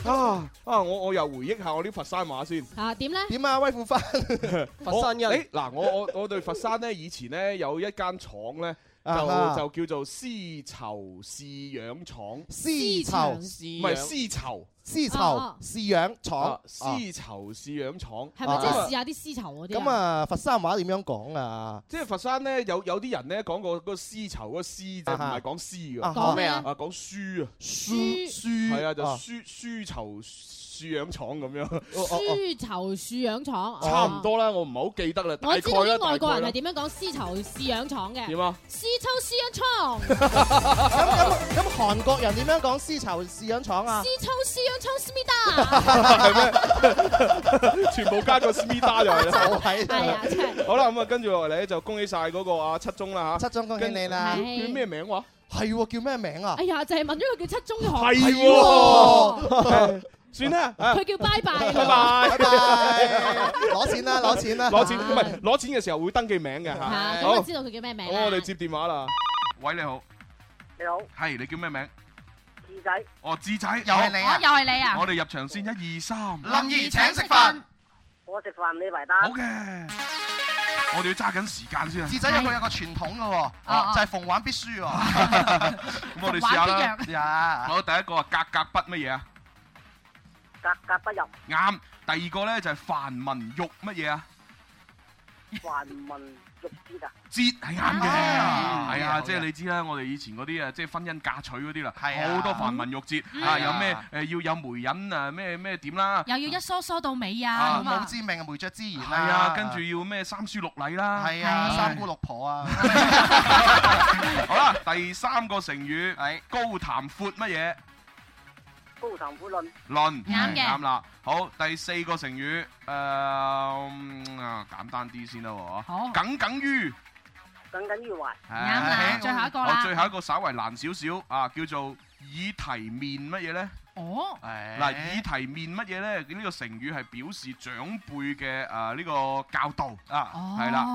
Speaker 6: 啊啊！我我又回憶下我啲佛山話先。
Speaker 11: 啊，點咧？
Speaker 6: 佛
Speaker 8: 山人
Speaker 6: 誒嗱，我我我對佛山咧，以前咧有一間廠咧。就
Speaker 8: 啊哈
Speaker 6: 就叫做絲綢飼養廠，
Speaker 8: 絲綢
Speaker 6: 唔係絲綢，
Speaker 8: 絲
Speaker 6: 啊
Speaker 8: 綢試養廠
Speaker 6: 啊，絲綢飼養廠，
Speaker 11: 係咪即係
Speaker 6: 咁啊
Speaker 11: 試下啲絲綢嗰啲
Speaker 8: 咁啊，佛山話點樣講啊？
Speaker 6: 即係佛山咧，有有啲人咧講過嗰個絲綢嗰個絲就唔係講絲
Speaker 8: 啊
Speaker 6: 㗎，
Speaker 8: 講咩啊
Speaker 6: 啊講書啊，書
Speaker 8: 書
Speaker 6: 係啊，就
Speaker 8: 啊
Speaker 6: 書絲綢飼養廠咁樣，
Speaker 8: 哦
Speaker 11: 絲綢飼養廠，
Speaker 6: 差唔
Speaker 11: 哦。
Speaker 6: 多啦，我唔係好記得啦，大
Speaker 11: 我知
Speaker 6: 概
Speaker 11: 道
Speaker 6: 啦，
Speaker 11: 啲外國人係
Speaker 6: 大概啦
Speaker 11: 點樣講絲綢飼養廠嘅。
Speaker 6: 點啊？
Speaker 11: 絲綢飼養廠，
Speaker 8: 咁韓國人點樣講絲綢試養廠啊
Speaker 11: 絲？綢飼養廠思密達。
Speaker 6: 係 咩？全部加個 smida 就係啦，
Speaker 8: 就係係啊真
Speaker 6: 好啦，咁啊，跟住落嚟咧就恭喜晒嗰個啊七中啦嚇，
Speaker 8: 七中恭喜你啦
Speaker 6: 跟叫咩名話？
Speaker 8: 係喎，叫咩名啊
Speaker 11: 哎？呀，就係問咗佢叫七中嘅韓
Speaker 6: 係
Speaker 11: 文
Speaker 6: 喎，算啦，啊
Speaker 11: 佢叫拜拜。
Speaker 6: 拜拜
Speaker 8: 拜拜，攞錢啦，攞錢啦，
Speaker 6: 攞錢唔係攞錢嘅時候會登記名嘅嚇。
Speaker 11: 嚇咁
Speaker 6: 好
Speaker 11: 就，知道佢叫咩名啊
Speaker 6: 好我
Speaker 11: 啦。
Speaker 6: 哋接電話啦。喂，你好，
Speaker 9: 你好，
Speaker 6: 係你叫咩名？
Speaker 9: 智仔，
Speaker 6: 哦，志仔，
Speaker 9: 又係你啊
Speaker 6: 好
Speaker 9: 哦又係你啊
Speaker 6: 我哋入場先，一二三，
Speaker 9: 林兒請食飯，我食飯你埋單。
Speaker 6: 好嘅，我哋要揸緊時間先啊。
Speaker 4: 智仔有個有個傳統嘅喎，
Speaker 9: 啊
Speaker 4: 就係逢玩必輸喎。
Speaker 6: 咁我哋試下啦
Speaker 4: 玩。必贏
Speaker 6: 呀我第一個啊，格格不乜嘢啊？
Speaker 9: 格格不入，
Speaker 6: 啱。第二個咧就係繁文縟乜嘢啊？
Speaker 9: 繁文縟節啊！
Speaker 6: 節係啱
Speaker 4: 嗯
Speaker 6: 嘅，
Speaker 9: 啊
Speaker 6: 係啊，
Speaker 9: 好嘢
Speaker 6: 即係你知啦，我哋以前嗰啲啊，即係婚姻嫁娶嗰啲啦，
Speaker 4: 啊
Speaker 6: 好多繁文縟節啊，
Speaker 4: 係啊
Speaker 6: 有咩誒要有媒人啊，咩咩點啦，
Speaker 18: 又要一梳梳到尾啊
Speaker 6: 啊
Speaker 18: 咁啊！
Speaker 4: 知名梅雀之言
Speaker 6: 係啊，跟住要咩三書六禮啦，
Speaker 4: 係啊，三姑六婆啊，
Speaker 6: 好啦，第三個成語係高談闊乜嘢
Speaker 9: 高談闊論，
Speaker 6: 論，
Speaker 9: 啱嘅
Speaker 6: 係嗯啱啦。好，第四個成語誒嗯啊簡單啲先啦喎，好，耿耿於。
Speaker 9: 耿耿於懷，
Speaker 6: À, 唉
Speaker 18: 最後一個啦
Speaker 6: 我最後一個稍為難少少啊，叫做以提面乜嘢呢？
Speaker 18: 哦，
Speaker 6: 嗱，以提面乜嘢呢？呢個成語係表示長輩嘅啊呢個教導啊，
Speaker 18: 哦
Speaker 6: 係啦。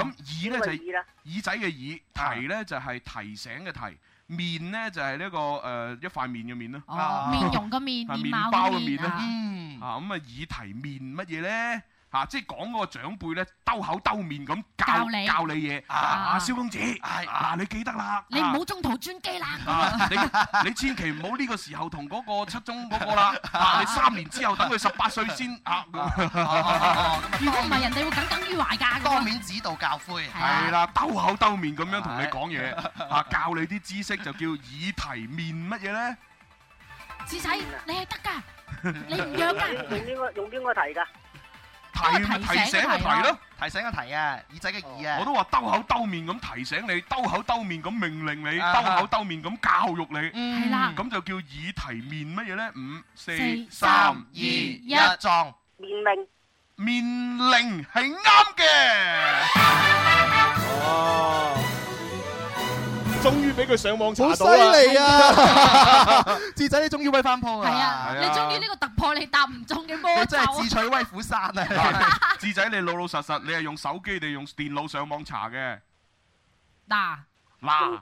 Speaker 6: 咁以呢
Speaker 9: 邊
Speaker 6: 就
Speaker 9: 個以
Speaker 6: 係
Speaker 9: 啦
Speaker 6: 耳仔嘅
Speaker 18: 啊
Speaker 6: 耳，提呢就係提醒嘅提，面呢就係呢個誒一塊面嘅面啦。
Speaker 18: 哦，
Speaker 6: 啊
Speaker 18: 面容嘅面，
Speaker 6: 啊
Speaker 18: 面
Speaker 6: 麵
Speaker 18: 貌
Speaker 6: 包
Speaker 18: 嘅
Speaker 6: 嘅面
Speaker 18: 面
Speaker 6: 啦
Speaker 18: 啊，，
Speaker 11: 嗯
Speaker 6: 啊咁啊以提面乜嘢咧？嚇，即係講嗰個長輩咧，兜口兜面咁教
Speaker 18: 教你
Speaker 6: 教你嘢啊！啊，蕭公子，啊，你記得啦，
Speaker 18: 你唔
Speaker 6: 啊
Speaker 18: 好中途轉機啦。
Speaker 6: 啊！你你千祈唔好呢個時候同嗰個七中嗰個啦，啊！你三年之後等佢十八歲先啊！
Speaker 18: 如果唔係，人哋會耿耿於懷㗎。當面指導教
Speaker 4: 灰
Speaker 6: 係啊啦，兜口兜面咁樣同你講嘢，啊，教你啲知識就叫以提面乜嘢咧？
Speaker 19: 志仔，
Speaker 9: Ừ.
Speaker 19: 你係得㗎，你唔養
Speaker 6: à.
Speaker 19: 㗎。
Speaker 14: 用邊個用邊個提㗎？
Speaker 18: 提提醒個提咯，
Speaker 20: 提醒個提啊，耳仔嘅耳啊。
Speaker 18: 我都話兜口兜面咁提醒你，兜口兜面咁命令你，
Speaker 20: 啊嗯
Speaker 18: 兜口兜面咁教育你，
Speaker 20: 係啦
Speaker 18: 咁就叫以提面乜嘢咧？五四
Speaker 20: 三二一撞
Speaker 14: 面命。
Speaker 18: 面令係啱嘅。
Speaker 6: 哦，終於俾佢上網查
Speaker 8: 好犀
Speaker 6: 到啦
Speaker 8: 利啊！志仔，你終於威翻鋪
Speaker 19: 係
Speaker 8: 啊！
Speaker 19: 啊，
Speaker 18: 係啊
Speaker 19: 你中意呢個突破你答唔中嘅魔咒啊。
Speaker 18: 威虎山啊！智仔，你老老實實，你係用手機定用電腦上網查嘅？
Speaker 19: 嗱，
Speaker 18: 嗱，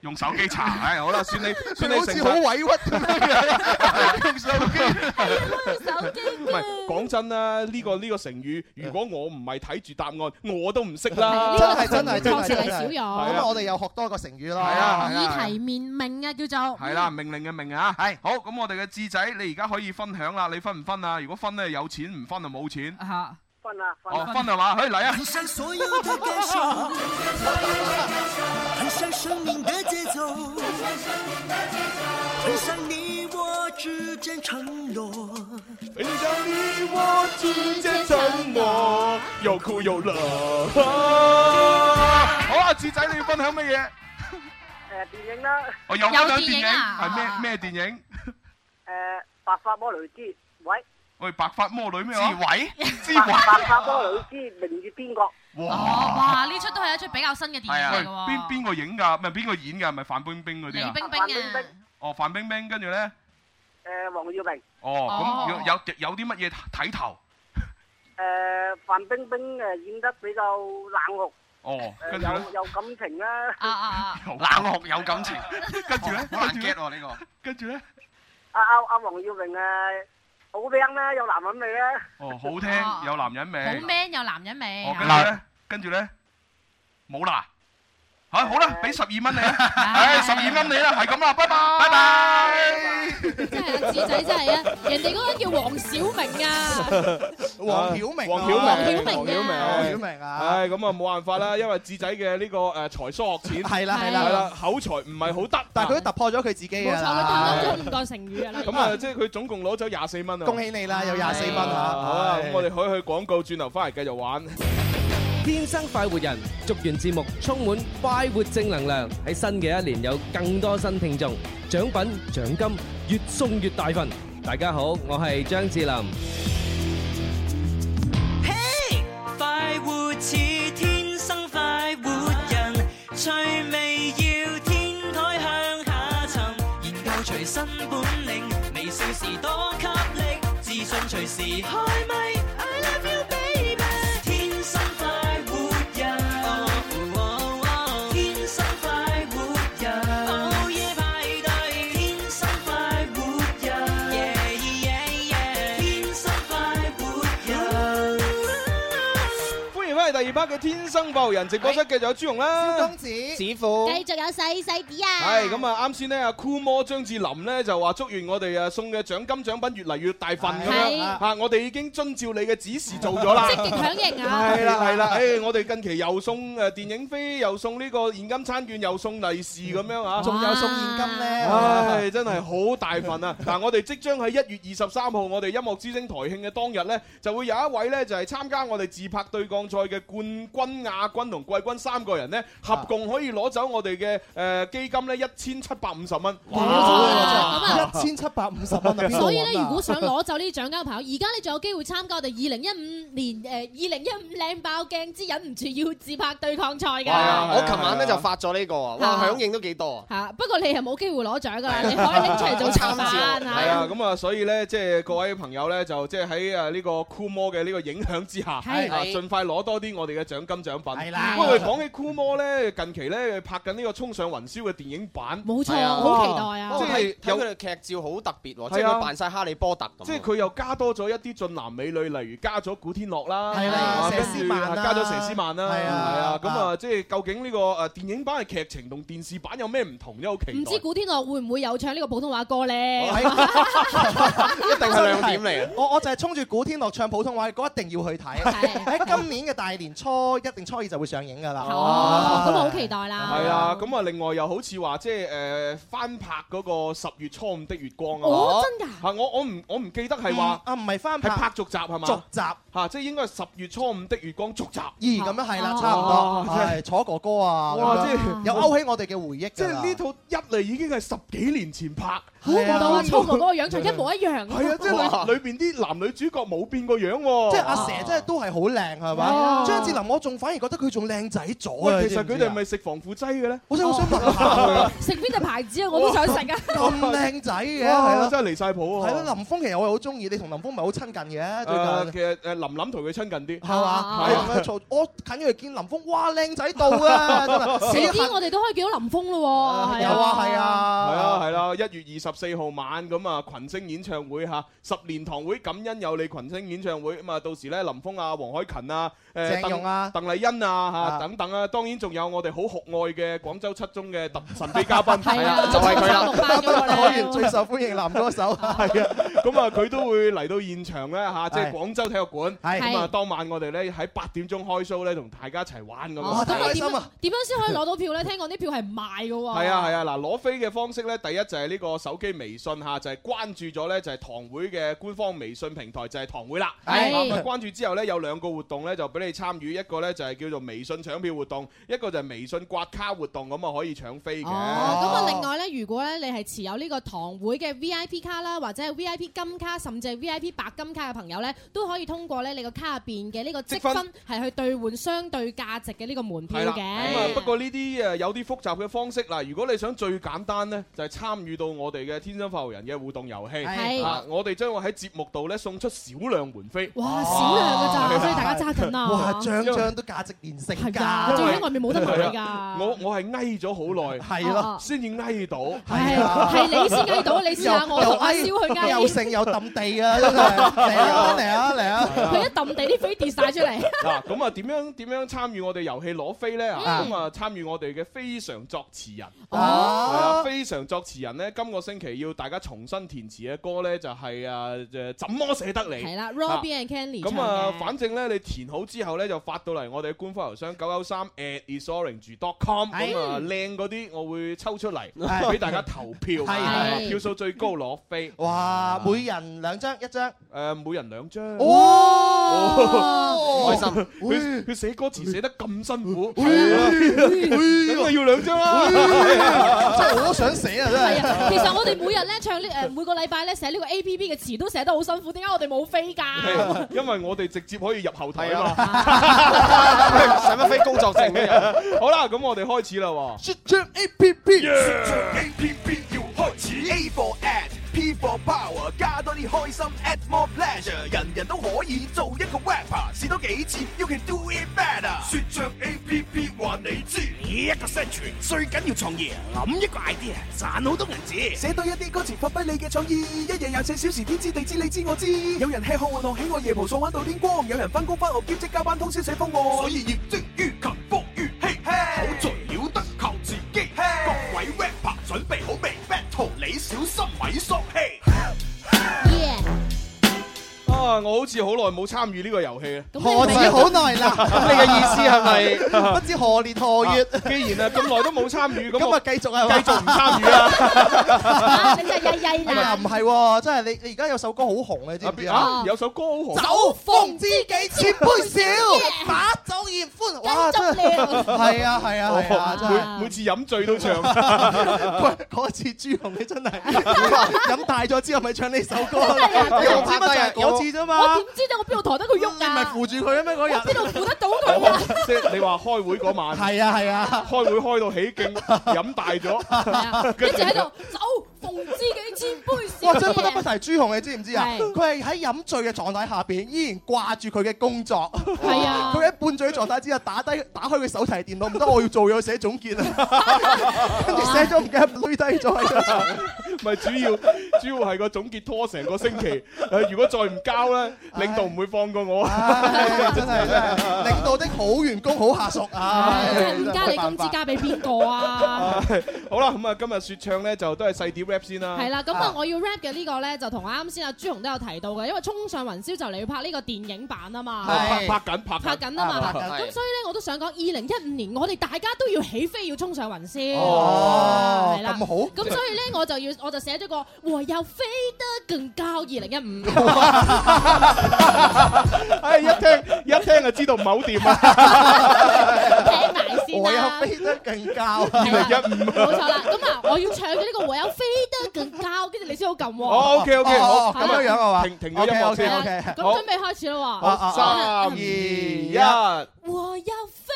Speaker 18: 用手機 查，唉，好啦，算你算你
Speaker 6: 好似
Speaker 18: 成
Speaker 6: 好
Speaker 18: 功
Speaker 6: 委屈咁樣。用手機，
Speaker 19: 手機
Speaker 6: 唔係講真啦，呢個呢個成語，如果我唔係睇住答案，我都唔識啦。
Speaker 8: 真係啊真係真係
Speaker 19: 確實
Speaker 8: 真
Speaker 19: 係
Speaker 8: 係
Speaker 19: 少
Speaker 8: 咁
Speaker 19: 用
Speaker 8: 啊！我哋又學多一個成語咯。
Speaker 18: 係啊係啊
Speaker 19: 以提面命啊，叫做。
Speaker 18: 係啦，命令嘅命啊，係好咁，我哋嘅智仔，你而家可以分享啦，你分唔分啊？如果分咧有錢，唔分就冇錢。
Speaker 19: 嚇，
Speaker 14: 分啦，
Speaker 18: 哦，分係嘛？嘿，嚟啊！
Speaker 4: 很像所有的感受，很像生命的节奏，很像你我之间承诺，
Speaker 6: 很像你
Speaker 18: 啊
Speaker 6: 我之間沉默，又哭又樂。
Speaker 18: 好啊，智仔，你要分享乜嘢？
Speaker 9: À,
Speaker 14: 誒電影啦，
Speaker 18: 我有分享電
Speaker 14: 有電影
Speaker 18: 影，
Speaker 6: à?
Speaker 14: 啊
Speaker 18: 係咩咩電影？
Speaker 9: À,
Speaker 14: 誒白髮魔女之喂，
Speaker 18: 喂，白髮魔女咩話？
Speaker 14: 之白白髮魔女之明月邊角，
Speaker 19: 哦，哇！呢出都係一出比較新嘅電
Speaker 18: 係啊，
Speaker 19: 影嚟嘅
Speaker 18: 邊
Speaker 19: 喎。
Speaker 18: 邊個影㗎？唔係邊個演㗎？唔係范冰冰嗰啲
Speaker 19: 李
Speaker 18: 啊？
Speaker 19: 冰冰啊，
Speaker 18: 哦，范冰冰，跟住咧，
Speaker 9: À,
Speaker 14: 誒黃耀明，
Speaker 18: 哦，咁
Speaker 14: 哦
Speaker 18: 有有有啲乜嘢睇頭？
Speaker 14: Ờ, 誒范冰冰誒演得比較冷酷，
Speaker 18: 哦，
Speaker 14: 誒
Speaker 18: 跟住咧
Speaker 14: 有，有感情啦。
Speaker 19: 啊
Speaker 10: ờ,
Speaker 19: 啊
Speaker 18: 冷酷有感情，跟住咧，
Speaker 20: 好難
Speaker 18: 跟住
Speaker 20: get
Speaker 18: 咧
Speaker 20: 喎呢 個。
Speaker 18: 跟住咧，
Speaker 14: 阿阿阿黃耀明誒好靚啦，有男人味啦。
Speaker 18: 哦，好聽
Speaker 19: 哦
Speaker 18: 有男人
Speaker 19: 好
Speaker 18: 味，
Speaker 19: man 又男人味
Speaker 18: 哦，跟住
Speaker 19: 啊。
Speaker 18: 咧，跟住咧，冇啦。嚇好啦，俾十二蚊你啊！唉，十二蚊你啦，係咁啦，拜拜，拜拜。
Speaker 11: 真係啊，智仔真係啊，人哋嗰個人叫黃小明啊，
Speaker 8: 黃曉明啊
Speaker 6: 黃曉明，
Speaker 8: 黃曉明啊
Speaker 6: 黃
Speaker 8: 黃曉明啊
Speaker 6: 唉，咁啊冇辦法啦，因為智仔嘅呢個誒才疏學淺，
Speaker 8: 係啦係啦
Speaker 6: 係啦，口才唔係好得，
Speaker 8: 但係佢都突破咗佢自己
Speaker 11: 冇
Speaker 8: 㗎
Speaker 11: 錯，佢答啱
Speaker 8: 啦。
Speaker 11: 咗五個成語啊啦。
Speaker 6: 咁啊，即係佢總共攞走廿四蚊啊！
Speaker 8: 恭喜你啦，有廿四蚊嚇。
Speaker 6: 好啦，
Speaker 8: 唉
Speaker 6: 咁我哋可以去廣告，轉頭翻嚟繼續玩。
Speaker 21: 天生快活人，祝願節目充滿快活正能量，喺新嘅一年有更多新聽眾，獎品獎金越送越大份。大家好，我係張智霖。
Speaker 4: 快活似天生快活人，趣味要天台向下沉，研究隨身本領，微笑時多給力，自信隨時開咪。I love you baby，天生快活人，Oh, 哦哦天生快活人，午夜派對，天生快活人，yeah yeah yeah，天生快活人。
Speaker 6: 歡迎翻嚟第二 part 嘅《天生快活人》直播室，繼續有朱紅啦，
Speaker 8: 蕭公子
Speaker 6: 子富，
Speaker 22: 繼續有細細啲啊！
Speaker 6: 係咁啊！啱先咧，阿酷魔張智霖咧就話祝願我哋啊送嘅獎金獎品越嚟越大份咁
Speaker 22: 係
Speaker 6: 樣嚇，我哋已經遵照你嘅指示做咗啦，
Speaker 22: 積極響應啊
Speaker 6: 係啦係啦，誒我哋近期又送誒電影飛，又送呢個現金餐券，又送利是咁樣啊，
Speaker 8: 仲有送現金咧。
Speaker 6: 唉，真係好大份 啊！嗱，我哋即將喺一月二十三號，我哋音樂之星台慶嘅當日呢，就會有一位呢，就係參加我哋自拍對抗賽嘅冠軍、亞軍同季軍三個人呢，合共可以攞走我哋嘅誒基金呢一千七百五十蚊。
Speaker 8: 啊
Speaker 6: 哦
Speaker 8: 一千七百五十蚊啊！邊度
Speaker 11: 所以咧，
Speaker 8: 揾啊
Speaker 11: 如果想攞走呢啲獎金嘅朋友，而家你仲有機會參加我哋二零一五年誒呃二零一五靚爆鏡之忍唔住要自拍對抗賽
Speaker 18: 哦
Speaker 11: 㗎。
Speaker 18: 啊
Speaker 10: 我琴晚咧就發咗呢個啊，哇
Speaker 11: 啊
Speaker 10: 響應都幾多啊！
Speaker 11: 嚇，不過你係冇機會攞獎㗎啊啦，你可以拎出嚟做參
Speaker 6: 係
Speaker 11: 展
Speaker 6: 啊，咁啊，所以呢，即係各位朋友呢，就即係喺誒呢個酷魔嘅呢個影響之下，啊
Speaker 11: 係
Speaker 6: 盡快攞多啲我哋嘅獎金獎品。係
Speaker 8: 啦
Speaker 6: 不過講起酷魔呢，近期呢，拍緊呢個《衝上雲霄》嘅電影版，哦
Speaker 11: 冇
Speaker 10: 係啊
Speaker 6: 即
Speaker 10: 即
Speaker 6: 係
Speaker 10: 係睇
Speaker 6: 有
Speaker 10: 佢哋劇照好特別
Speaker 6: 係啊
Speaker 10: 喎，即係佢扮晒哈利波特咁。
Speaker 6: 即係佢又加多咗一啲俊男美女，例如加咗古天樂啦，
Speaker 10: 係啦
Speaker 6: 啊
Speaker 10: 佘詩曼啦
Speaker 6: 跟住加咗佘詩曼啦，
Speaker 10: 係啊
Speaker 6: 係啊，咁啊，即係究竟呢個誒電影版嘅劇情同電視版有咩唔同咧？好期待。
Speaker 11: 唔知古天樂樂會唔會有唱呢個普通話歌咧？
Speaker 6: 啊
Speaker 8: 一定係兩點嚟嘅。啊我我就係衝住古天樂唱普通話嘅歌，一定要去睇。啊喺今年嘅大年初一定初二就會上映㗎啦。
Speaker 11: 哦， 咁我好期待啦。
Speaker 6: 係啊，咁啊，另外又好似話即係誒翻拍嗰個十月初五的月光啊嘛，
Speaker 8: 哦真㗎
Speaker 6: 嚇我我唔我唔記得係話
Speaker 8: 啊，唔係翻
Speaker 6: 拍係拍續集係嘛？
Speaker 8: 續集
Speaker 6: 嚇，即係應該係十月初五的月光續集。
Speaker 8: 咦，咁樣係啦，
Speaker 6: 哦
Speaker 8: 差唔
Speaker 6: 哦
Speaker 8: 多，
Speaker 6: 真
Speaker 8: 係楚哥哥啊，
Speaker 6: 哇
Speaker 8: 咁樣
Speaker 6: 即係
Speaker 8: 又勾起我哋嘅回憶
Speaker 6: 即
Speaker 8: 㗎
Speaker 6: 係
Speaker 8: 啦。
Speaker 6: 呢套一嚟已經係十幾年前拍，
Speaker 11: 估唔到啊，粗哥哥個樣就一模一樣。
Speaker 6: 係啊，即係裏裏邊啲男女主角冇變個樣喎。
Speaker 8: 即係阿蛇真係都係好靚係嘛
Speaker 11: 哦
Speaker 6: 哇？
Speaker 8: 張智霖我仲反而覺得佢仲靚仔咗啊！
Speaker 6: 喂，其實佢哋係咪食防腐劑嘅咧？
Speaker 8: 我真係好想 問
Speaker 11: 食邊隻牌子啊？我都想食啊！
Speaker 8: 咁靚仔嘅
Speaker 6: 哇
Speaker 8: 係咯，
Speaker 6: 真係離晒譜啊
Speaker 8: 係咯，林峰其實我又好中意，你同林峰咪好親近嘅最
Speaker 6: 誒，
Speaker 8: 近
Speaker 6: 其。實誒林林同佢親近啲，
Speaker 8: 係
Speaker 11: 哦
Speaker 8: 嘛？
Speaker 6: 係
Speaker 8: 係咁樣
Speaker 6: 啊
Speaker 8: 嘈，我近咗嚟見林峰，哇靚仔到啊！真係
Speaker 11: 遲啲我哋都可以見到林峰咯喎。係
Speaker 8: 有啊係啊
Speaker 6: 係啊係啦，一月二十四號晚咁啊，群星演唱會嚇，十年堂會感恩有你群星演唱會咁啊，到時咧林峰啊、黃海芹啊、
Speaker 8: 鄭融啊
Speaker 6: 鄧麗欣啊
Speaker 8: 啊
Speaker 6: 嚇等等啊，當然仲有我哋好酷愛嘅廣州七中嘅特神秘嘉賓，
Speaker 8: 係啊
Speaker 6: 就係佢啦，
Speaker 8: 果然最受歡迎男歌手。
Speaker 6: 係啊，咁啊佢都會嚟到現場咧嚇，即係
Speaker 8: 係
Speaker 6: 廣州體育館，
Speaker 8: 係
Speaker 6: 咁啊當晚我哋咧喺八點鐘開 show 咧，同大家一齊玩咁
Speaker 11: 哦
Speaker 6: 啊，
Speaker 11: 咁我點樣點樣先可以攞到票咧？聽講啲票係唔賣嘅喎。
Speaker 6: 係啊係啊，嗱攞飛嘅方式咧，第一就係呢個手機微信嚇，就係關注咗咧就係堂會嘅官方微信平台就係堂會啦。
Speaker 8: 係
Speaker 6: 啊咁關注之後咧有兩個活動咧就俾你參與，一個咧就係叫做微信搶票活動，一個就係微信刮卡活動，咁啊可以搶飛嘅。
Speaker 11: 咁
Speaker 6: 哦
Speaker 11: 啊，另外咧，如果咧你係持有呢個堂會嘅 V I P 卡啦，或者係 V I P 金卡，甚至係 V I P 白金卡嘅朋友咧，都可以通過咧你個卡入邊嘅呢個積分係去兑換相對價值嘅呢個門票
Speaker 6: 係啦，咁啊不
Speaker 11: 嘅。
Speaker 6: 過呢啲誒有啲複雜嘅方式嗱，如果你想最簡單呢，就係參與到我哋嘅天生發育人嘅互動遊戲。
Speaker 11: 係
Speaker 6: 啊，我哋將會喺節目度呢送出少量門飛。
Speaker 11: 哇，少量嘅咋，所以大家揸 緊啊！
Speaker 8: 哇，張張都價值連城
Speaker 11: 啊，
Speaker 8: 㗎，
Speaker 11: 仲要喺外面冇得買
Speaker 6: 係
Speaker 11: 㗎。
Speaker 6: 啊我我係翳咗好耐，
Speaker 8: 係咯
Speaker 6: 先至翳到，
Speaker 11: 係啊係你先翳到你試下我同阿蕭去翳
Speaker 8: 又剩又揼地啊！真係嚟啊嚟啊嚟啊！
Speaker 11: 佢一抌地啲飛跌晒出嚟。
Speaker 6: 嗱，咁啊點樣點樣參與我哋遊戲攞飛呢？啊
Speaker 8: 嗯
Speaker 6: 咁啊參與我哋嘅非常作詞人。
Speaker 8: 哦
Speaker 6: 係啊，非常作詞人呢，今個星期要大家重新填詞嘅歌呢，就係啊誒怎麼捨得你。
Speaker 11: 係啦
Speaker 6: 啊
Speaker 11: ，Robbie and Kenny
Speaker 6: 咁啊，
Speaker 11: 唱嘅
Speaker 6: 反正咧，你填好之後咧，就發到嚟我哋嘅官方郵箱九九三 at isorange.com。
Speaker 8: 係
Speaker 6: 咁啊，靚嗰啲我會抽出嚟
Speaker 8: 係
Speaker 6: 俾大家投 票，
Speaker 8: 係
Speaker 6: 啊
Speaker 8: 係
Speaker 6: 票數最高攞飛。
Speaker 8: 哇，每人兩張，一張。
Speaker 6: 誒，每人兩張。
Speaker 8: 哦
Speaker 6: 開心！佢佢寫歌詞寫得咁辛苦，
Speaker 8: 咁
Speaker 6: 咁啊要兩張啦。
Speaker 8: 真係我都想寫啊！真
Speaker 11: 係啊，其實
Speaker 8: 係。
Speaker 11: 我哋每日咧唱呢誒每個禮拜咧寫呢個 A P P 嘅詞都寫得好辛苦，點解我哋冇飛㗎？
Speaker 6: 係因為我哋直接可以入後台啊嘛。
Speaker 16: 使乜飛工作證咩？
Speaker 6: 好啦，咁我哋開始啦喎。
Speaker 8: 說唱 A P P，
Speaker 6: Yeah
Speaker 3: 說唱 A P P 要開始。A for ad，P for power，加多啲開心，add more pleasure，人人都可以做一個 rapper，試多幾次，you can do it better。說唱 A P P 話你知，一個宣傳最緊要創意，諗一個 idea，賺好多銀紙。
Speaker 12: 寫到一啲歌詞，發揮你嘅創意。一日廿四小時，天知地知，你知我知。有人吃喝玩樂，喜愛夜蒲，爽玩到天光。有人翻工翻學，兼職加班，通宵寫方案。所以業精於勤，福於嬉。好
Speaker 3: 材料得靠自己。各位 rapper 準備好未？Battle 你小心咪縮氣。
Speaker 6: 啊，我好似好耐冇參與呢個遊戲啦。
Speaker 8: 何止好耐 啦？不知何年何月？
Speaker 6: 既然啊咁耐都冇參與，咁
Speaker 8: 咁
Speaker 6: 我
Speaker 8: 啊繼續啊，
Speaker 6: 繼續唔參與啊啦。
Speaker 11: 啊你真係曳曳啦
Speaker 8: 唔係喎，真係你你而家有首歌好紅嘅，你知唔知啊
Speaker 6: 啊？有首歌好紅
Speaker 8: 酒逢知己千杯少，把酒言歡。哇，真係係啊係啊係啊，真係。
Speaker 6: 哦每每次飲醉都 唱。
Speaker 8: 喂，嗰次朱紅你真係飲大咗之後咪唱呢首歌咯，
Speaker 11: 啊
Speaker 8: 又唔知乜就係嗰次啫嘛。
Speaker 11: 我點知啫？我邊度抬得佢喐㗎？
Speaker 8: 你咪扶住佢啊咩？嗰日邊
Speaker 11: 度扶得到
Speaker 6: 我即係你話開會嗰晚，
Speaker 8: 係啊係啊，
Speaker 6: 開會開到起 勁，飲大咗，
Speaker 11: 跟住喺度酒逢知己千杯
Speaker 8: 哇！
Speaker 11: 少
Speaker 8: 真係不得
Speaker 11: 爺。
Speaker 8: 不提朱紅，你知唔知啊？
Speaker 11: 係
Speaker 8: 佢係喺飲醉嘅狀態下邊，依然掛住佢嘅工作。
Speaker 11: 係啊
Speaker 8: 佢喺半醉嘅狀態之下，打低打開佢手提電腦，唔得，我要做嘢，我要寫 總結啊！跟住寫咗唔記得，攣低咗喺張床。
Speaker 6: 咪主要主要係個總結拖成個星期。誒，如果再唔交咧，領導唔會放過我。真係真 係，領導的好員工好下屬啊
Speaker 11: 真係唔加你工資加俾邊個啊？
Speaker 6: 好啦，咁啊，今日説唱咧就都係細啲 rap 先啦。
Speaker 11: 係啦，咁啊，我要 rap 嘅呢個咧就同啱先阿朱紅都有提到嘅，因為《衝上雲霄》就嚟要拍呢個電影版啊嘛，
Speaker 6: 拍拍緊拍緊
Speaker 11: 拍緊啊嘛，
Speaker 6: 拍緊
Speaker 11: 咁所以咧我都想講，二零一五年我哋大家都要起飛，要衝上雲霄，
Speaker 8: 哦
Speaker 11: 係啦
Speaker 8: 咁好
Speaker 11: 咁所以咧我就要我就寫咗個我要飛得更高二零一五，
Speaker 6: 唉，一聽一聽就知道唔係好掂啊！
Speaker 11: 聽埋先啦。
Speaker 6: à.
Speaker 8: 飛得更高，
Speaker 6: 二零一五
Speaker 11: 冇錯啦，咁啊，我要唱嘅呢個唯有飛得更高，跟住你先好撳喎。
Speaker 6: 哦，OK OK，好，
Speaker 11: 係啦
Speaker 6: 咁
Speaker 8: 樣啊嘛
Speaker 6: 停停咗音樂先
Speaker 11: 咁
Speaker 8: OK，OK，OK，
Speaker 6: 好
Speaker 11: 準備開始啦喎。
Speaker 6: 好，三二一，好
Speaker 11: 我要飛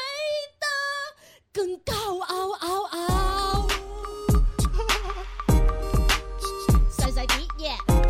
Speaker 11: 得更高，嗷嗷嗷！細細啲，yeah。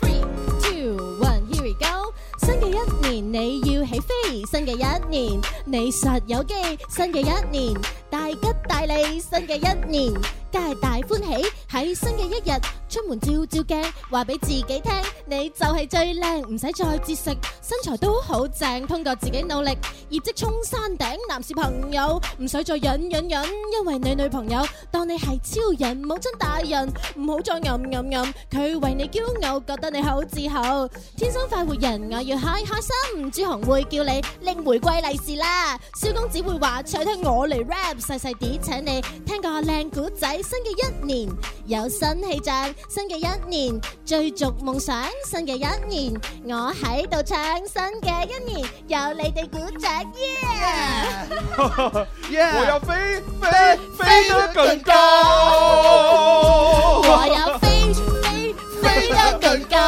Speaker 11: Three, two, one, here we go。新嘅一年你要起飛，新嘅一年你實有機，新嘅一年大吉大利，新嘅一年皆大歡喜。喺新嘅一日出門照照鏡，話俾自己聽，你就係最靚，唔使再節食，身材都好正，通過自己努力，業績衝山頂。男士朋友唔使再忍忍忍，因為你女朋友當你係超人，母親大人唔好再暗暗暗，佢為你驕傲，覺得你好自豪。天生快活人，我要開開心，朱紅會叫你拎玫瑰利是啦，蕭公子會話取聽我嚟 rap，細細啲請你聽個靚古仔，新嘅一年有新氣象，新嘅一年追逐夢想，新嘅一年我喺度唱，新嘅一年有你哋鼓掌耶！
Speaker 6: 我要飛飛飛得更高，
Speaker 11: 我要飛飛飛得更高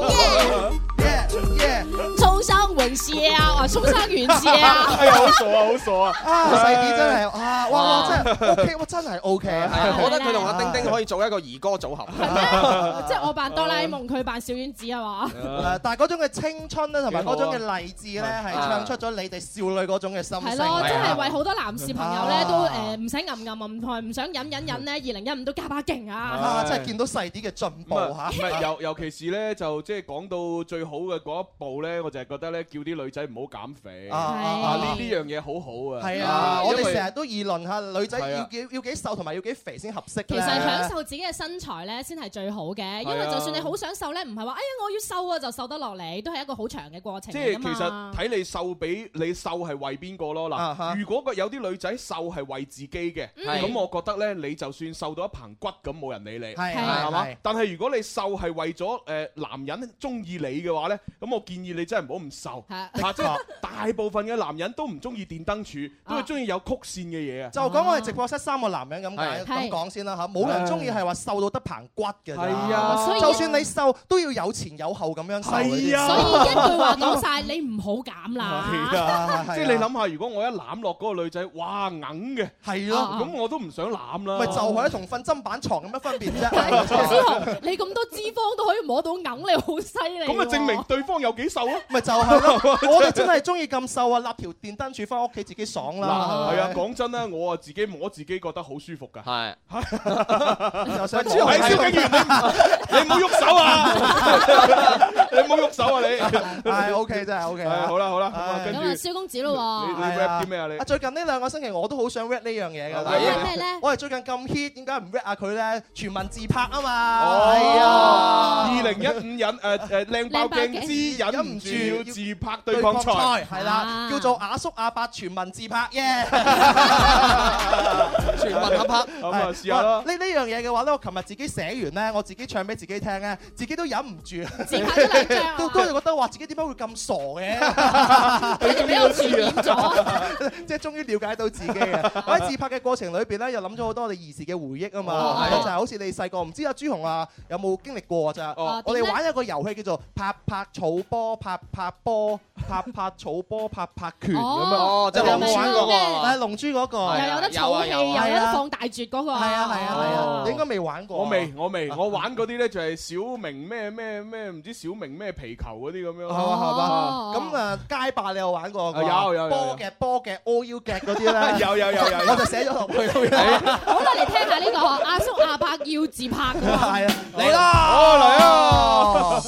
Speaker 11: ，Oh yeah yeah！衝上雲霄啊，衝上雲霄！
Speaker 6: 哎呀，好傻啊，好傻啊！
Speaker 8: 啊，細啲真係啊，哇哇真係 OK，哇真係 OK，
Speaker 16: 啊我覺得佢同阿丁丁可以做一個兒歌組合。
Speaker 11: 即係我扮哆啦 A 夢，佢扮小丸子啊嘛。
Speaker 8: 誒，但係嗰種嘅青春咧，同埋嗰種
Speaker 11: 幾好
Speaker 8: 嘅
Speaker 11: 啊
Speaker 8: 勵志咧，係唱出咗你哋少女嗰種嘅心聲。
Speaker 11: 係咯，真係為啊好多男士朋友咧都誒唔使暗暗暗，同埋唔想忍忍忍咧，二零一五都加把勁啊！
Speaker 8: 啊，真係見到細啲嘅進步
Speaker 6: 咁啊
Speaker 8: 嚇。
Speaker 6: 唔係尤尤其是咧，就即係講到最好嘅嗰一步咧，我就係覺得咧，叫啲女仔唔好減肥
Speaker 8: 啊
Speaker 6: 啊！呢呢樣嘢好好啊！
Speaker 8: 係啊，我
Speaker 6: 因為
Speaker 8: 哋成日都議論下女仔
Speaker 6: 係
Speaker 8: 要
Speaker 6: 啊
Speaker 8: 幾要幾瘦同埋要幾肥先合適
Speaker 11: 其
Speaker 8: 咧
Speaker 11: 實享受自己嘅身材咧，先係最好嘅。因為
Speaker 6: 係啊
Speaker 11: 就算你好想瘦咧，唔係話哎呀我要瘦啊就瘦得落嚟，都係一個好長嘅
Speaker 8: 啊
Speaker 11: 過程
Speaker 6: 即
Speaker 11: 嚟
Speaker 6: 係
Speaker 11: 㗎
Speaker 6: 其
Speaker 11: 嘛
Speaker 6: 實。睇你瘦俾你瘦係為邊個咯
Speaker 8: 啊哈
Speaker 6: 嗱，如果個有啲女仔瘦係為自己嘅，
Speaker 8: 嗯
Speaker 6: 咁我覺得呢，你就算瘦到一棚骨咁冇人理你，
Speaker 8: 係
Speaker 6: 係嘛
Speaker 8: 係？
Speaker 6: 但係如果你瘦係為咗誒男人中意你嘅話呢，咁我建議你真係唔好咁瘦，
Speaker 8: 的
Speaker 6: 嚇！即係大部分嘅男人都唔中意電燈柱，都係中意有曲線嘅嘢啊。
Speaker 8: 啊就講我哋直播室三個男人咁解
Speaker 6: 係
Speaker 8: 咁講先啦嚇，冇人中意係話瘦到得棚骨嘅。
Speaker 6: 係啊所以
Speaker 8: 就算你瘦都要有前有後咁樣瘦。
Speaker 6: 係啊
Speaker 11: 所以一句話講晒，你唔好減啦。
Speaker 6: 係啊
Speaker 8: 係啊
Speaker 6: 即係你諗下，如果我一攬落嗰個女仔，哇硬嘅，
Speaker 8: 係咯
Speaker 6: 咁我都唔想攬啦。
Speaker 8: 咪就係同瞓砧板床有乜分別
Speaker 11: 朱
Speaker 8: 啫？
Speaker 11: 紅，你咁多脂肪都可以摸到硬，你好犀利喎。
Speaker 6: 咁啊，證明對方有幾瘦 啊？
Speaker 8: 咪就係咯，我哋真係中意咁瘦啊，立條電燈柱翻屋企自己爽
Speaker 6: 嗱，
Speaker 8: 啦。
Speaker 6: 係啊，講真啦，我啊自己摸自己覺得好舒服㗎。 係，
Speaker 8: 又想
Speaker 6: 喂蕭敬元，你唔你唔好喐 手啊！你唔好喐手啊！你
Speaker 8: 係 OK 真係 OK 啊
Speaker 6: 係好啦好啦，咁啊跟
Speaker 11: 咁
Speaker 6: 住
Speaker 11: 啊，蕭公子咯
Speaker 6: 你
Speaker 11: 喎。
Speaker 6: 你 rap 啲咩啊？你
Speaker 8: 啊，最近呢兩個星期我都好想 rap 呢樣嘢㗎啦。
Speaker 6: 係
Speaker 11: 啊咩咧
Speaker 8: 我哋最近咁 hit，點解唔 rap 下佢咧？全民自拍啊嘛。係
Speaker 6: 哦
Speaker 8: 啊，
Speaker 6: 二零一五忍誒誒靚爆鏡之忍唔住要自拍對抗賽，
Speaker 8: 係
Speaker 11: 啊
Speaker 8: 啦，叫做阿叔阿伯全民自拍耶！
Speaker 6: 全民合拍咁啊試下
Speaker 8: 哇
Speaker 6: 啦
Speaker 8: 呢。呢樣嘢嘅話咧，我琴日自己寫完咧，我自己唱俾自己聽咧，自己都忍唔住，
Speaker 11: 自拍咗兩張啊
Speaker 8: 都都係覺得話自己點解會咁傻嘅？
Speaker 11: 你哋俾我傳染
Speaker 8: 咗， 即係終於了解到自己嘅。我喺自拍嘅過程裏邊咧，又諗咗好多我哋兒時嘅回憶
Speaker 6: 哦
Speaker 8: 啊嘛，
Speaker 6: 係
Speaker 8: 就係好似你細個，唔知阿朱紅啊有冇經歷過啊？咋
Speaker 6: 哦
Speaker 8: 我哋
Speaker 6: 點咧
Speaker 8: 玩一個遊戲叫做拍拍草波、拍拍波、拍拍草波、拍拍拳咁啊！
Speaker 16: 哦即係龍珠嗰個
Speaker 8: 係龍珠嗰個，
Speaker 11: 又有得儲氣，又有得放大絕嗰個。係啊係啊
Speaker 8: 係啊，你應該未玩過啊。
Speaker 6: 我未，我未，我玩嗰啲咧就係小明咩咩咩，唔知小明咩皮球嗰啲咁樣。
Speaker 8: 係嘛係嘛，咁啊街霸你有玩過啩？
Speaker 6: 啊有有有
Speaker 8: 波嘅波嘅 all U 嘅嗰啲咧，
Speaker 6: 有有有有有
Speaker 8: 我就寫咗落去。
Speaker 11: 好啦，嚟聽下呢個阿叔阿拍要自拍㗎嘛
Speaker 8: 係啊，嚟啦！
Speaker 11: 哦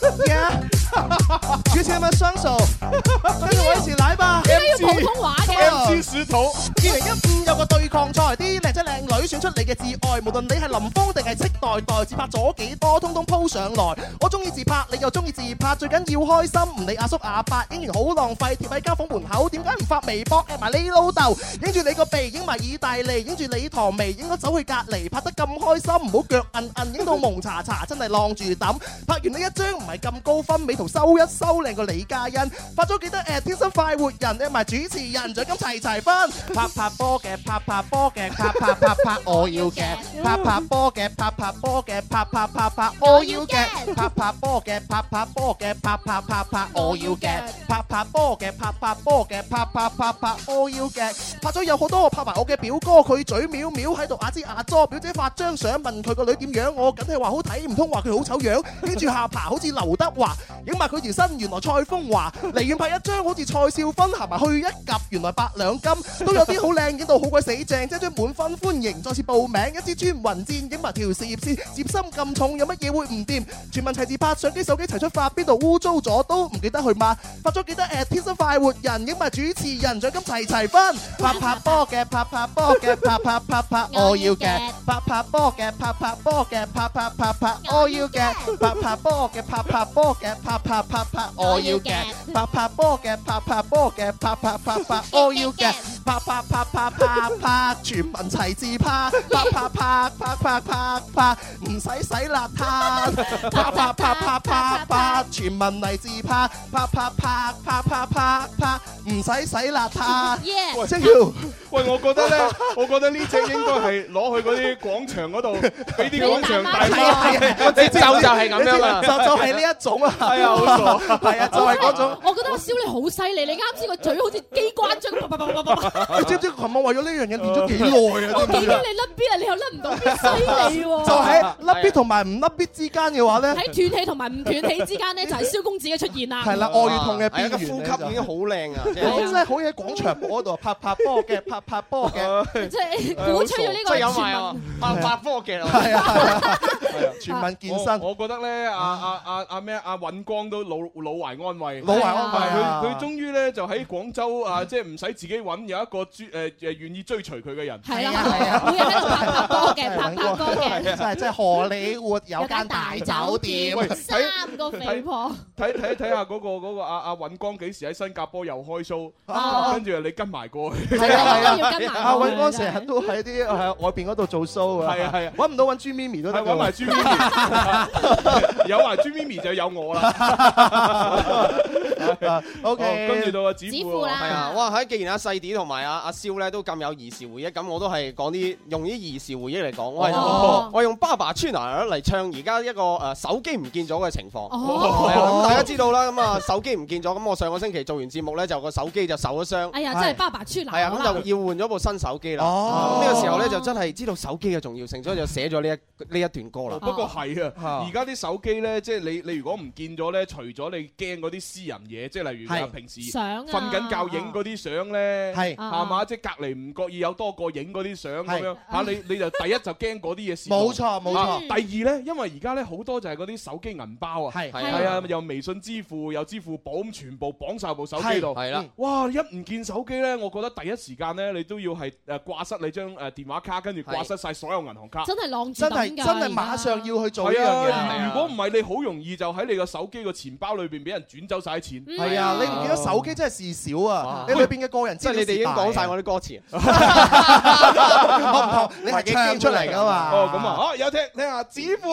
Speaker 8: 嚟啊！ 主持有冇雙數？跟住我一起嚟吧。
Speaker 11: 點解要普通話嘅
Speaker 8: MC 鼠土。二零一五有個對抗賽，啲靚仔靚女選出你嘅至愛，無論你係林峰定係戚代代，自拍咗幾多，通通 po 上來。我中意自拍，你又中意自拍，最緊要開心，唔理阿叔阿伯，影完好浪費，貼喺家房門口，點解唔發微博 at 埋你老豆？影住你個鼻，影埋意大利，影住你堂眉，影咗走去隔離，拍得咁開心，唔好腳韌韌，影到蒙查查，真係晾住抌。拍完你一張唔係咁高分，美圖修一修靚過李嘉欣，發咗幾多 at 天生快活人 at 埋主持人，獎金齊齊分。拍拍波嘅，拍拍波嘅，拍拍拍拍我要嘅，拍拍波嘅，拍拍波嘅，拍拍拍拍我要嘅，拍拍波嘅，拍拍波嘅，拍拍拍拍我要嘅，拍拍波嘅，拍拍波嘅，拍拍拍拍我要嘅，拍咗有好多我拍埋我嘅表哥，佢嘴藐藐喺度啞支啞咗，表姐發張相問佢個女點樣，我梗係話好睇，唔通話佢好醜樣，跟住下巴好似劉德華，影埋佢條身原來蔡風華，離遠拍一張好似蔡少芬行埋去一及，原來八兩金，都有啲好靚，影到好鬼死正，即係張滿分歡迎再次報名，一支穿雲箭影埋條事業線，接心咁重有乜嘢會唔掂？全民齊自拍，相機手機齊出發，邊度污糟咗都唔記得去抹，發咗幾多 at 天生快活人，影埋主持人獎金齊齊分，拍拍波嘅拍拍波嘅拍拍拍拍我要嘅，拍拍波嘅拍拍波嘅拍拍拍拍我要嘅，拍拍波嘅拍拍波嘅拍拍拍拍我要嘅，拍拍波嘅拍拍波嘅拍拍拍拍我要嘅，拍拍拍拍拍拍全民齊自拍，拍拍拍拍拍拍拍唔使洗邋遢，拍拍拍拍拍拍全民嚟自拍，拍拍拍拍拍拍拍唔使洗邋遢，即係要。
Speaker 6: 喂，我覺得咧，我覺得呢只應該係攞去嗰啲廣場嗰度，俾啲廣場大
Speaker 8: 啊
Speaker 6: 媽。
Speaker 16: 節奏就係咁樣啦
Speaker 8: 就就係呢一種啊，
Speaker 6: 啊係啊好傻
Speaker 8: 係啊，就係嗰種。
Speaker 11: 我覺得阿蕭你好犀利，你啱先個嘴好似機關槍咁，啪啪啪啪 啪啪
Speaker 8: 你知唔知琴晚為咗呢樣嘢練咗幾耐啊？
Speaker 11: 我
Speaker 8: 知
Speaker 11: 幾
Speaker 8: 唔
Speaker 11: 驚你
Speaker 8: 知啊
Speaker 11: 甩 B 啊，你又甩唔到 B，犀利喎！
Speaker 8: 就喺
Speaker 6: 啊
Speaker 8: 甩 B 同埋唔甩 B 之間嘅話咧，
Speaker 11: 喺斷氣同埋唔斷氣之間咧，就係蕭公子嘅出現啦。
Speaker 8: 係啦，愛與痛嘅邊
Speaker 16: 係啊
Speaker 8: 緣
Speaker 16: 個呼吸已經好 靚啊！
Speaker 8: 我真係好嘢喺廣場舞嗰度拍拍波嘅，拍拍波嘅，
Speaker 11: 即係鼓吹咗呢 個
Speaker 16: 即係有埋啊，拍拍科技 啊！
Speaker 8: 係啊，全民健身。
Speaker 6: 我我覺得咧，阿阿阿阿咩阿尹光都老老懷安慰，
Speaker 8: 老懷安慰啊
Speaker 6: 佢佢終於咧就喺廣州啊，即係唔使自己揾，有一個追誒誒願意追隨佢嘅人。
Speaker 11: 係啦，係啊，每日喺度拍拍波嘅，拍拍波嘅，
Speaker 8: 真 係真係荷里活有間大酒店，
Speaker 6: 喂睇
Speaker 11: 三個肥婆。
Speaker 6: 睇睇睇下嗰個嗰個阿阿尹光幾時喺新加坡又開 show，
Speaker 8: 啊
Speaker 6: 跟住你跟埋過去。
Speaker 8: 係啊係啊，阿
Speaker 6: 阿
Speaker 8: 尹光成日都喺啲喺外邊嗰度做 show 啊，
Speaker 6: 係啊係啊
Speaker 8: 揾唔到揾朱咪咪都得㗎喎，
Speaker 6: 揾埋朱咪咪，有埋朱咪咪就有我啦。
Speaker 8: OK
Speaker 6: 哦跟住到阿子富
Speaker 16: 係啊！哇！喺既然阿細啲同埋啊阿阿蕭咧都咁有兒時回憶，咁我都係講啲用啲兒時回憶嚟講，我
Speaker 8: 哦
Speaker 16: 係我用《爸爸穿啊》嚟唱而家一個誒手機唔見咗嘅情況。
Speaker 11: 哦
Speaker 16: 係啊咁大家知道啦，咁啊手機唔見咗，咁我上個星期做完節目咧，就個手機就受咗傷。
Speaker 11: 哎呀，真係爸爸出嚟
Speaker 16: 係啊，咁
Speaker 11: 啦！
Speaker 16: 就要換咗部新手機啦。
Speaker 8: 哦
Speaker 16: 咁呢個時候咧就真係知道手機嘅重要性，所以就寫咗呢一呢一段
Speaker 8: 哦
Speaker 16: 歌啦。
Speaker 6: 哦不過係啊，而家啲手機咧，即係你你如果唔見咗咧，除咗你驚嗰啲私人嘢，即係例如話
Speaker 8: 係
Speaker 6: 平時
Speaker 8: 相啊
Speaker 6: 瞓緊覺影嗰啲相咧，
Speaker 8: 係
Speaker 6: 係嘛？即係隔離唔覺意有多個影嗰啲相咁樣嚇，你你就第一就驚嗰啲嘢泄露
Speaker 8: 冇錯冇錯
Speaker 6: 啊第二咧，因為而家咧好多就係嗰啲手機銀包啊，
Speaker 8: 係係
Speaker 6: 係啊，又微信支付又支付寶咁，全部綁晒部手機
Speaker 8: 係
Speaker 6: 度，
Speaker 16: 係啦
Speaker 6: 嗯哇！一唔見手機咧，我覺得第一時間咧，你都要係誒掛失你張誒電話卡，跟住掛失晒所有銀行卡。
Speaker 11: 真係浪住
Speaker 8: 真係
Speaker 11: 咁
Speaker 8: 真
Speaker 11: 㗎，
Speaker 8: 係馬上要去做呢樣嘢
Speaker 6: 係啊
Speaker 8: 係啊
Speaker 6: 如果唔係，你好容易就喺你個手機個錢包裏邊俾人轉走晒啲錢。
Speaker 8: 係
Speaker 11: 嗯
Speaker 8: 啊，你唔記得手機真係事少啊！你裏邊嘅個人
Speaker 16: 即
Speaker 8: 資
Speaker 16: 係
Speaker 8: 料啊
Speaker 16: 你哋已經講晒我啲歌詞。
Speaker 8: 我唔同，你係唱出嚟㗎嘛？
Speaker 6: 哦，咁啊，好有聽聽下子富。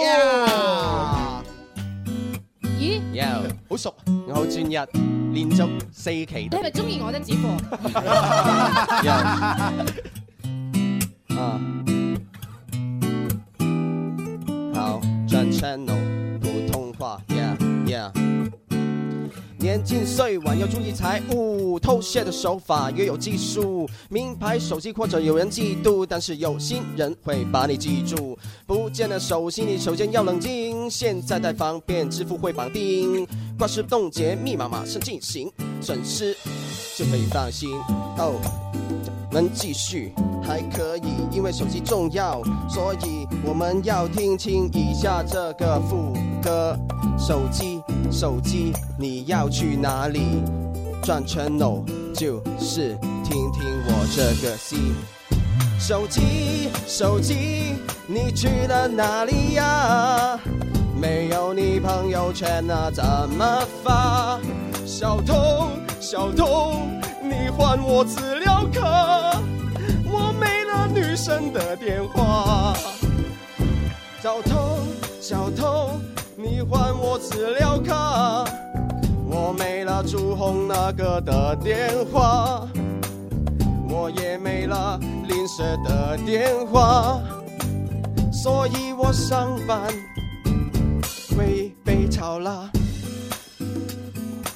Speaker 11: 咦？
Speaker 16: Yo，好熟，啊我好專一，連續四期
Speaker 11: 你係咪中意我啫，子父？
Speaker 16: Yo 啊，好，轉 channel，普通話，Yeah Yeah。年近岁晚要注意财务，偷窃的手法也有技术。名牌手机或者有人嫉妒，但是有心人会把你记住。不见的手心，你首先要冷静。现在太方便，支付会绑定，挂失冻结，密码马上进行，损失就可以放心。哦。能继续，还可以，因为手机重要，所以我们要听清以下这个副歌。手机，手机，你要去哪里？转 channel 就是听听我这个 C。手机，手机，你去了哪里呀？没有你朋友圈啊，怎么发？小偷，小偷，你还我资料卡，我没了女生的电话。小偷，小偷，你还我资料卡，我没了朱红那个的电话。我也没了邻舍的电话，所以我上班会被吵啦。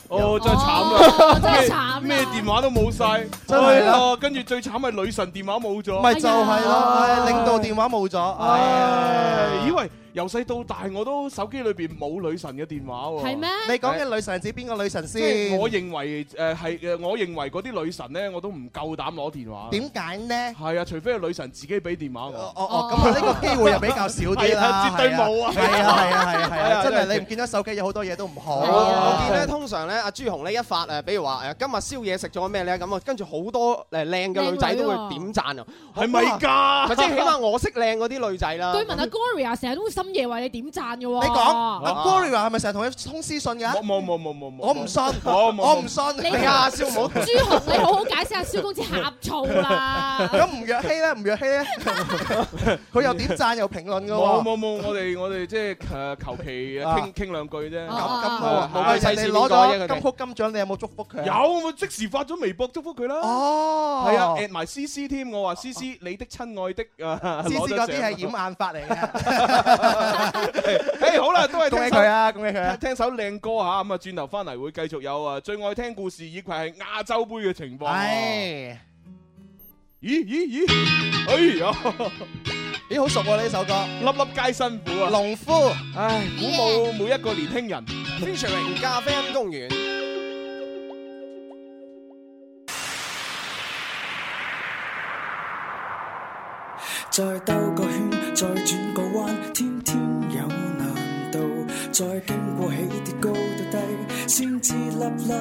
Speaker 6: 哦，真係
Speaker 16: 哦
Speaker 6: 慘
Speaker 16: 真係慘
Speaker 6: 啦
Speaker 16: 啦，
Speaker 6: 咩咩電話都冇晒，
Speaker 16: 真係啦
Speaker 6: 哎呀跟住最慘係女神電話冇咗，
Speaker 8: 啊
Speaker 6: 哎
Speaker 8: 咪就係咯，
Speaker 16: 哎
Speaker 8: 唉領導電話冇咗，哎唉。
Speaker 6: 以為由細到大我都手機裏邊冇女神嘅電話喎。
Speaker 8: 係咩你講嘅女神指邊個女神
Speaker 6: 即係
Speaker 8: 先
Speaker 6: 我認為誒係誒，我認為嗰啲女神咧，我都唔夠膽攞電話。
Speaker 8: 點解呢？
Speaker 6: 係啊，除非係女神自己俾電話我。哦
Speaker 8: 哦咁啊呢個機會又比較少 啲啦，
Speaker 6: 絕對冇啊！
Speaker 8: 係啊係啊係啊係
Speaker 6: 係
Speaker 8: 啊！
Speaker 6: 啊
Speaker 8: 真係
Speaker 6: 真係
Speaker 8: 你唔見咗手機有好多嘢都唔好。
Speaker 16: 啊我見咧通常咧，阿朱紅呢一發誒，比如話誒今日宵夜食咗咩咧，咁啊跟住好多誒靚嘅女仔都會點讚啊，
Speaker 6: 係咪㗎
Speaker 16: 咪即係起碼我識靚嗰啲女仔 啦。
Speaker 11: 據聞阿 Gloria 成日都會深夜為你點讚嘅喎。
Speaker 8: 啊你講阿
Speaker 11: Ờ.
Speaker 8: Gloria 係咪成日同佢通私信㗎？
Speaker 6: 冇冇冇冇冇，
Speaker 8: 我唔信，
Speaker 6: 冇冇
Speaker 8: 我唔信。
Speaker 11: 你同朱紅，你好好解釋下蕭公子呷醋啦。
Speaker 8: 咁吳若希咧，吳若希 咧，佢又點讚又評論㗎
Speaker 6: 冇
Speaker 8: 喎。
Speaker 6: 冇冇，我哋我哋即係誒求其呃
Speaker 8: 啊
Speaker 6: 傾傾兩句啫。
Speaker 8: 咁咁
Speaker 6: 啊
Speaker 8: 咯喎，
Speaker 6: 係
Speaker 8: 喂人哋攞咗金曲金獎，你有冇祝福佢？
Speaker 6: 有，我即時發咗微博祝福佢啦。
Speaker 8: 哦
Speaker 6: 係啊，at 埋 C C 添，我話 C C 你的親愛的啊，
Speaker 8: 知
Speaker 6: 攞
Speaker 8: 知
Speaker 6: 咗
Speaker 8: 嗰
Speaker 6: 獎
Speaker 8: 啲係掩。眼法嚟 嘅。
Speaker 6: 誒好啦，都係
Speaker 8: 恭喜
Speaker 6: 聽首
Speaker 8: 佢啊恭喜佢啊
Speaker 6: 聽聽首靚歌嚇，咁啊轉頭翻嚟會繼續有啊最愛聽故事，以及係亞洲杯嘅情況。
Speaker 8: 唉，
Speaker 6: 咦咦咦，哎呀！
Speaker 8: 咦，好熟喎呢首歌，
Speaker 6: 粒粒皆辛苦啊！
Speaker 8: 農夫，
Speaker 6: 唉，鼓舞每一個年輕人。
Speaker 16: featuring 咖啡因公園。
Speaker 23: 再兜個圈，再轉個彎，天天有難度。再經過起跌高到低，先知粒粒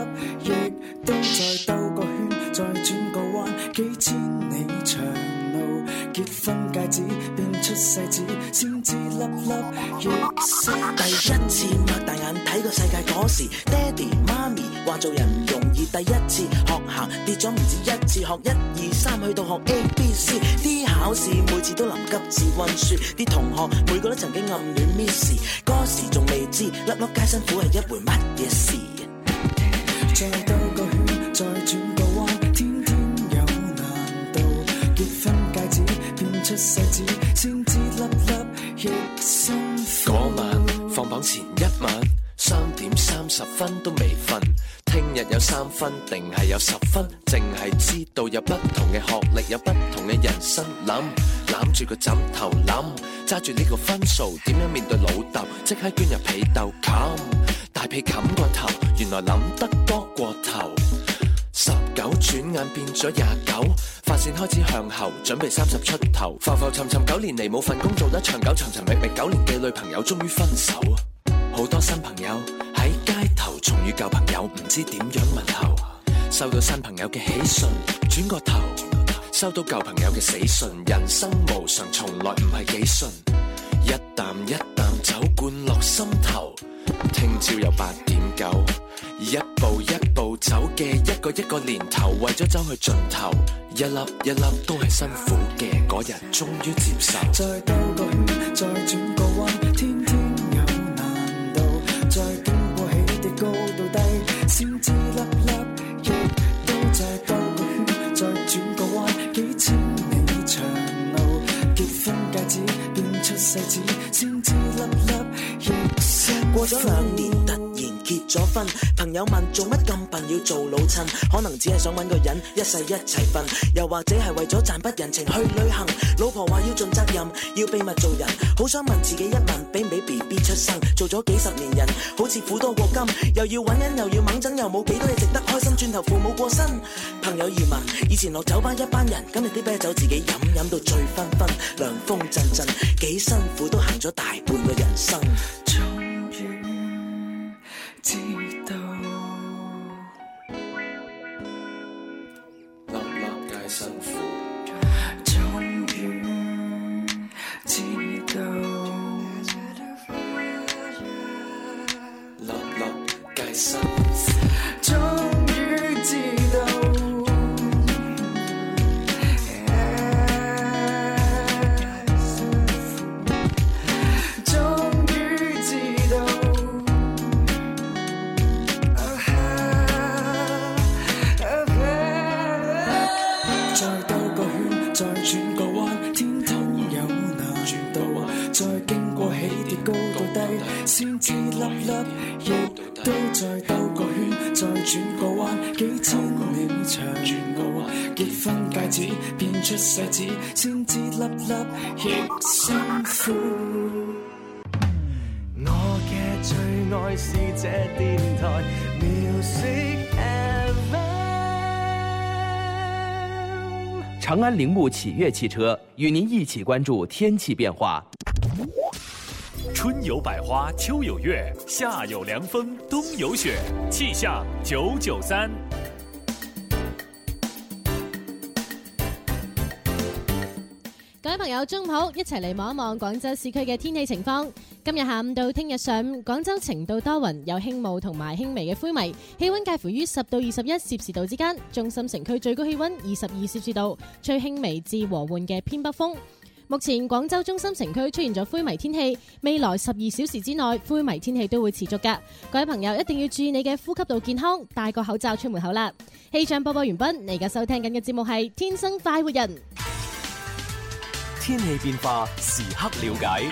Speaker 23: 亦都再兜個圈，再轉個彎，幾千里長路。結婚戒指變出世子，先知粒粒亦識。
Speaker 24: 第一次擘大眼睇個世界嗰時，爹哋媽咪話做人唔容易。第一次學行跌咗唔止一次，學一二三去到學 A B C。啲考試每次都臨急至温書，啲同學每個都曾經暗戀 Miss。嗰時仲未知粒粒皆辛苦係一回乜嘢事。
Speaker 23: 再兜個圈，再轉個彎，天天有難度。結婚戒指變出世子，先知粒粒亦辛苦。
Speaker 2: 嗰晚放榜前一晚，三點三十分都未瞓。聽日有三分，定係有十分，淨係知道有不同嘅學歷，有不同嘅人生諗，攬住個枕頭諗，揸住呢個分數點樣面對老豆，即刻捐入被竇冚，大被冚過頭，原來諗得多過頭。十九轉眼變咗廿九，髮線開始向後，準備三十出頭，浮浮沉沉九年嚟冇份工做得長久，尋尋覓覓九年嘅女朋友終於分手，好多新朋友喺街頭重遇舊朋友，唔知點樣問候，收到新朋友嘅喜訊，轉個頭收到舊朋友嘅死訊，人生無常從來唔係幾順，一啖一啖酒灌落心頭，聽朝有八點九。一步一步走嘅一個一個年頭，為咗走去盡頭，一粒一粒都係辛苦嘅，嗰日終於接受。
Speaker 23: 再兜個圈，再轉個彎，天天有難度。再經過起跌高到低，先知粒粒亦都再兜個圈，再轉個彎，幾千里長路。結婚戒指變出世子，先知粒粒亦辛苦
Speaker 24: 過咗兩年，突然結咗婚。朋友問做乜咁笨要做老襯，可能只係想揾個人一世一齊瞓，又或者係為咗賺筆人情去旅行。老婆話要盡責任，要秘密做人，好想問自己一問，俾唔俾 B B 出生？做咗幾十年人，好似苦多過金，又要揾人又要掹陣，又冇幾多嘢值得開心，轉頭父母過身，朋友移民，以前落酒吧一班人，今日啲啤酒自己飲，飲到醉醺醺，涼風陣陣，幾辛苦都行咗大半個人生。
Speaker 23: 知道。
Speaker 2: 粒粒皆辛苦，
Speaker 23: 終於知道，
Speaker 2: 粒粒皆辛苦。
Speaker 23: 終於知道。終於知道，再兜個圈，再轉個彎，天空有難度，再經過起跌高到低，先知粒粒亦都再兜個圈，再轉個彎，幾千里長路，結婚戒指變出世子，先知粒粒亦辛苦。
Speaker 25: 我嘅最愛是這電台 Music FM。
Speaker 26: 长安铃木启悦汽车与您一起关注天气变化。
Speaker 10: 春有百花，秋有月，夏有凉风，冬有雪。气象九九三。
Speaker 11: 各位朋友，中午好，一齊嚟望一望廣州市區嘅天氣情況。今日下午到聽日上午，廣州晴到多雲，有輕霧同埋輕微嘅灰霾，氣温介乎於十到二十一攝氏度之間。中心城區最高氣温二十二攝氏度，吹輕微至和緩嘅偏北風。目前廣州中心城區出現咗灰霾天氣，未來十二小時之內灰霾天氣都會持續㗎。各位朋友一定要注意你嘅呼吸道健康，戴個口罩出門口啦。氣象播報完畢，你而家收聽緊嘅節目係《天生快活人》。
Speaker 27: 天氣變化時刻了解，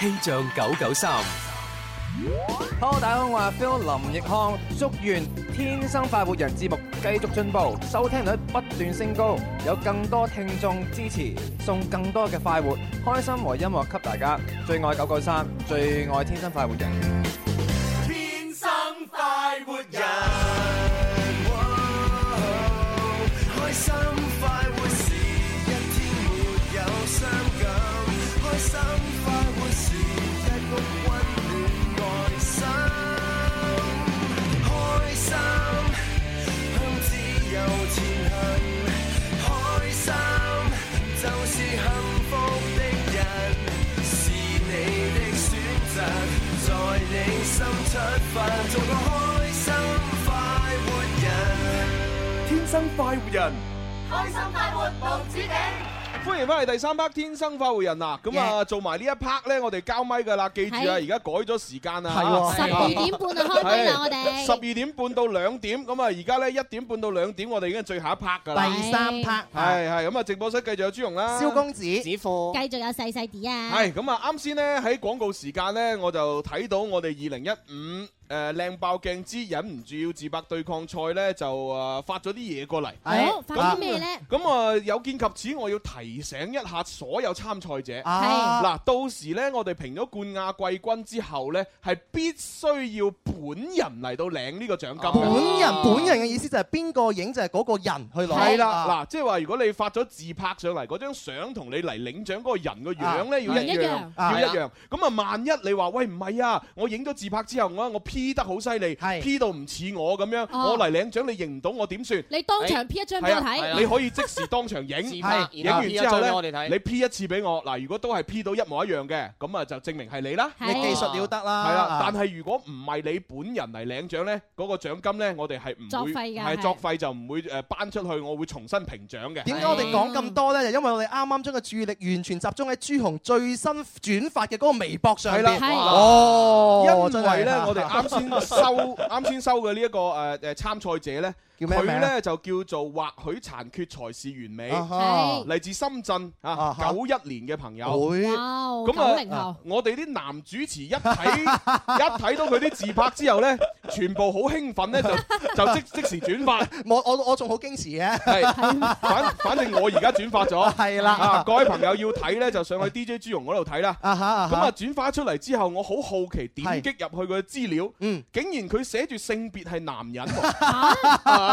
Speaker 27: 氣象九九三。
Speaker 28: Hello，大家好，我係 Phil 林奕康，祝願《天生快活人》節目繼續進步，收聽率不斷升高，有更多聽眾支持，送更多嘅快活、開心和音樂給大家。最愛九九三，最愛《天生快活人》。
Speaker 3: 天生快活人，開心快活是一天沒有傷感，開心快活是一屋温暖愛心，開心向自由前行，開心就是幸福的人，是你的選擇。在你心出發，做個開心快活人。
Speaker 6: 天生快活人。
Speaker 3: 開心快活無止境。
Speaker 6: 歡迎翻嚟第三 part《天生快活人》啊！咁啊，做埋呢一 part 咧，我哋交咪噶啦，記住啊！
Speaker 11: 係
Speaker 6: 而家改咗時間啊，
Speaker 11: 係喎12點半啊開咪啦我哋
Speaker 6: 十二點半到兩點，咁啊，而家咧一點半到兩點，我哋已經係最後一 part 噶啦，
Speaker 11: 第三 part
Speaker 6: 係係咁啊！直播室繼續有朱容啦，
Speaker 11: 子、子富，繼續有細細啲
Speaker 8: 嗯
Speaker 11: 啊！
Speaker 6: 係咁啊！啱先咧喺廣告時間咧，我就睇到我哋二零一五。誒靚爆鏡之忍唔住要自白對抗賽咧，就誒發咗啲嘢過嚟。
Speaker 11: 好
Speaker 6: 哎咁
Speaker 11: 發啲咩咧
Speaker 6: 咁啊，有見及此，我要提醒一下所有參賽者。
Speaker 11: 啊
Speaker 6: 嗱，到時咧，我哋評咗冠亞季軍之後咧，係必須要本人嚟到領呢個獎金嘅。
Speaker 8: 本人本人嘅意思就係邊個影就係嗰個人去攞。
Speaker 6: 係啦，嗱，即係話如果你發咗自拍上嚟嗰張相，同你嚟領獎嗰個人個樣
Speaker 8: 啊
Speaker 6: 咧要一
Speaker 8: 唔一
Speaker 6: 樣
Speaker 8: 樣，
Speaker 6: 要
Speaker 8: 啊
Speaker 6: 一樣。咁啊，萬一你話喂唔係啊，我影咗自拍之後，我我 P 得好犀利，P 到唔似我咁樣，
Speaker 11: 哦
Speaker 6: 我嚟領獎你認唔到我點算？
Speaker 11: 你當場 P 一張俾我睇
Speaker 6: 係啊
Speaker 11: 係啊
Speaker 6: 你可以即時當場影，
Speaker 11: 自拍
Speaker 6: 影
Speaker 11: 然後
Speaker 6: 完
Speaker 11: P
Speaker 6: 之後
Speaker 11: 一張俾我
Speaker 6: 咧
Speaker 11: 哋，睇
Speaker 6: 你 P 一次俾我。嗱，如果都係 P 到一模一樣嘅，咁啊就證明係你啦。
Speaker 8: 係你技術了得啦
Speaker 6: 係啦
Speaker 8: 啊，
Speaker 6: 但係如果唔係你本人嚟領獎咧，嗰個獎金咧，我哋係唔
Speaker 8: 作
Speaker 6: 會
Speaker 8: 廢㗎
Speaker 6: 係
Speaker 8: 係
Speaker 6: 作廢就唔會誒頒出去，我會重新評獎嘅。
Speaker 8: 點解我哋講
Speaker 6: 啊
Speaker 8: 咁多呢？就因為我哋啱啱將個注意力完全集中喺朱紅最新轉發嘅嗰個微博上
Speaker 6: 係
Speaker 8: 邊。
Speaker 6: 啦，
Speaker 8: 哦，
Speaker 6: 因為咧， 我哋啱先收啱先收嘅呢一個誒誒參賽者咧，
Speaker 8: 叫咩
Speaker 6: 佢
Speaker 8: 名啊
Speaker 6: 咧就叫做或許殘缺才是完美，
Speaker 8: 啊哈
Speaker 6: 嚟自深圳啊九一年嘅朋友。
Speaker 8: 會
Speaker 6: 咁
Speaker 8: 哦哇九零
Speaker 6: 啊
Speaker 8: 後，
Speaker 6: 我哋啲男主持一睇一睇到佢啲自拍之後咧，全部好興奮咧，就 就即即時轉發。
Speaker 8: 我我我仲好矜持嘅，
Speaker 6: 係，反反正我而家轉發咗，
Speaker 8: 係啦
Speaker 6: 啊，各位朋友要睇咧，就上去 DJ 朱容嗰度睇啦。
Speaker 8: 啊哈啊
Speaker 6: 咁
Speaker 8: 哈
Speaker 6: 啊，轉發出嚟之後，我好好奇點擊入去佢嘅資料，
Speaker 8: 嗯
Speaker 6: 竟然佢寫住性別係男人 喎。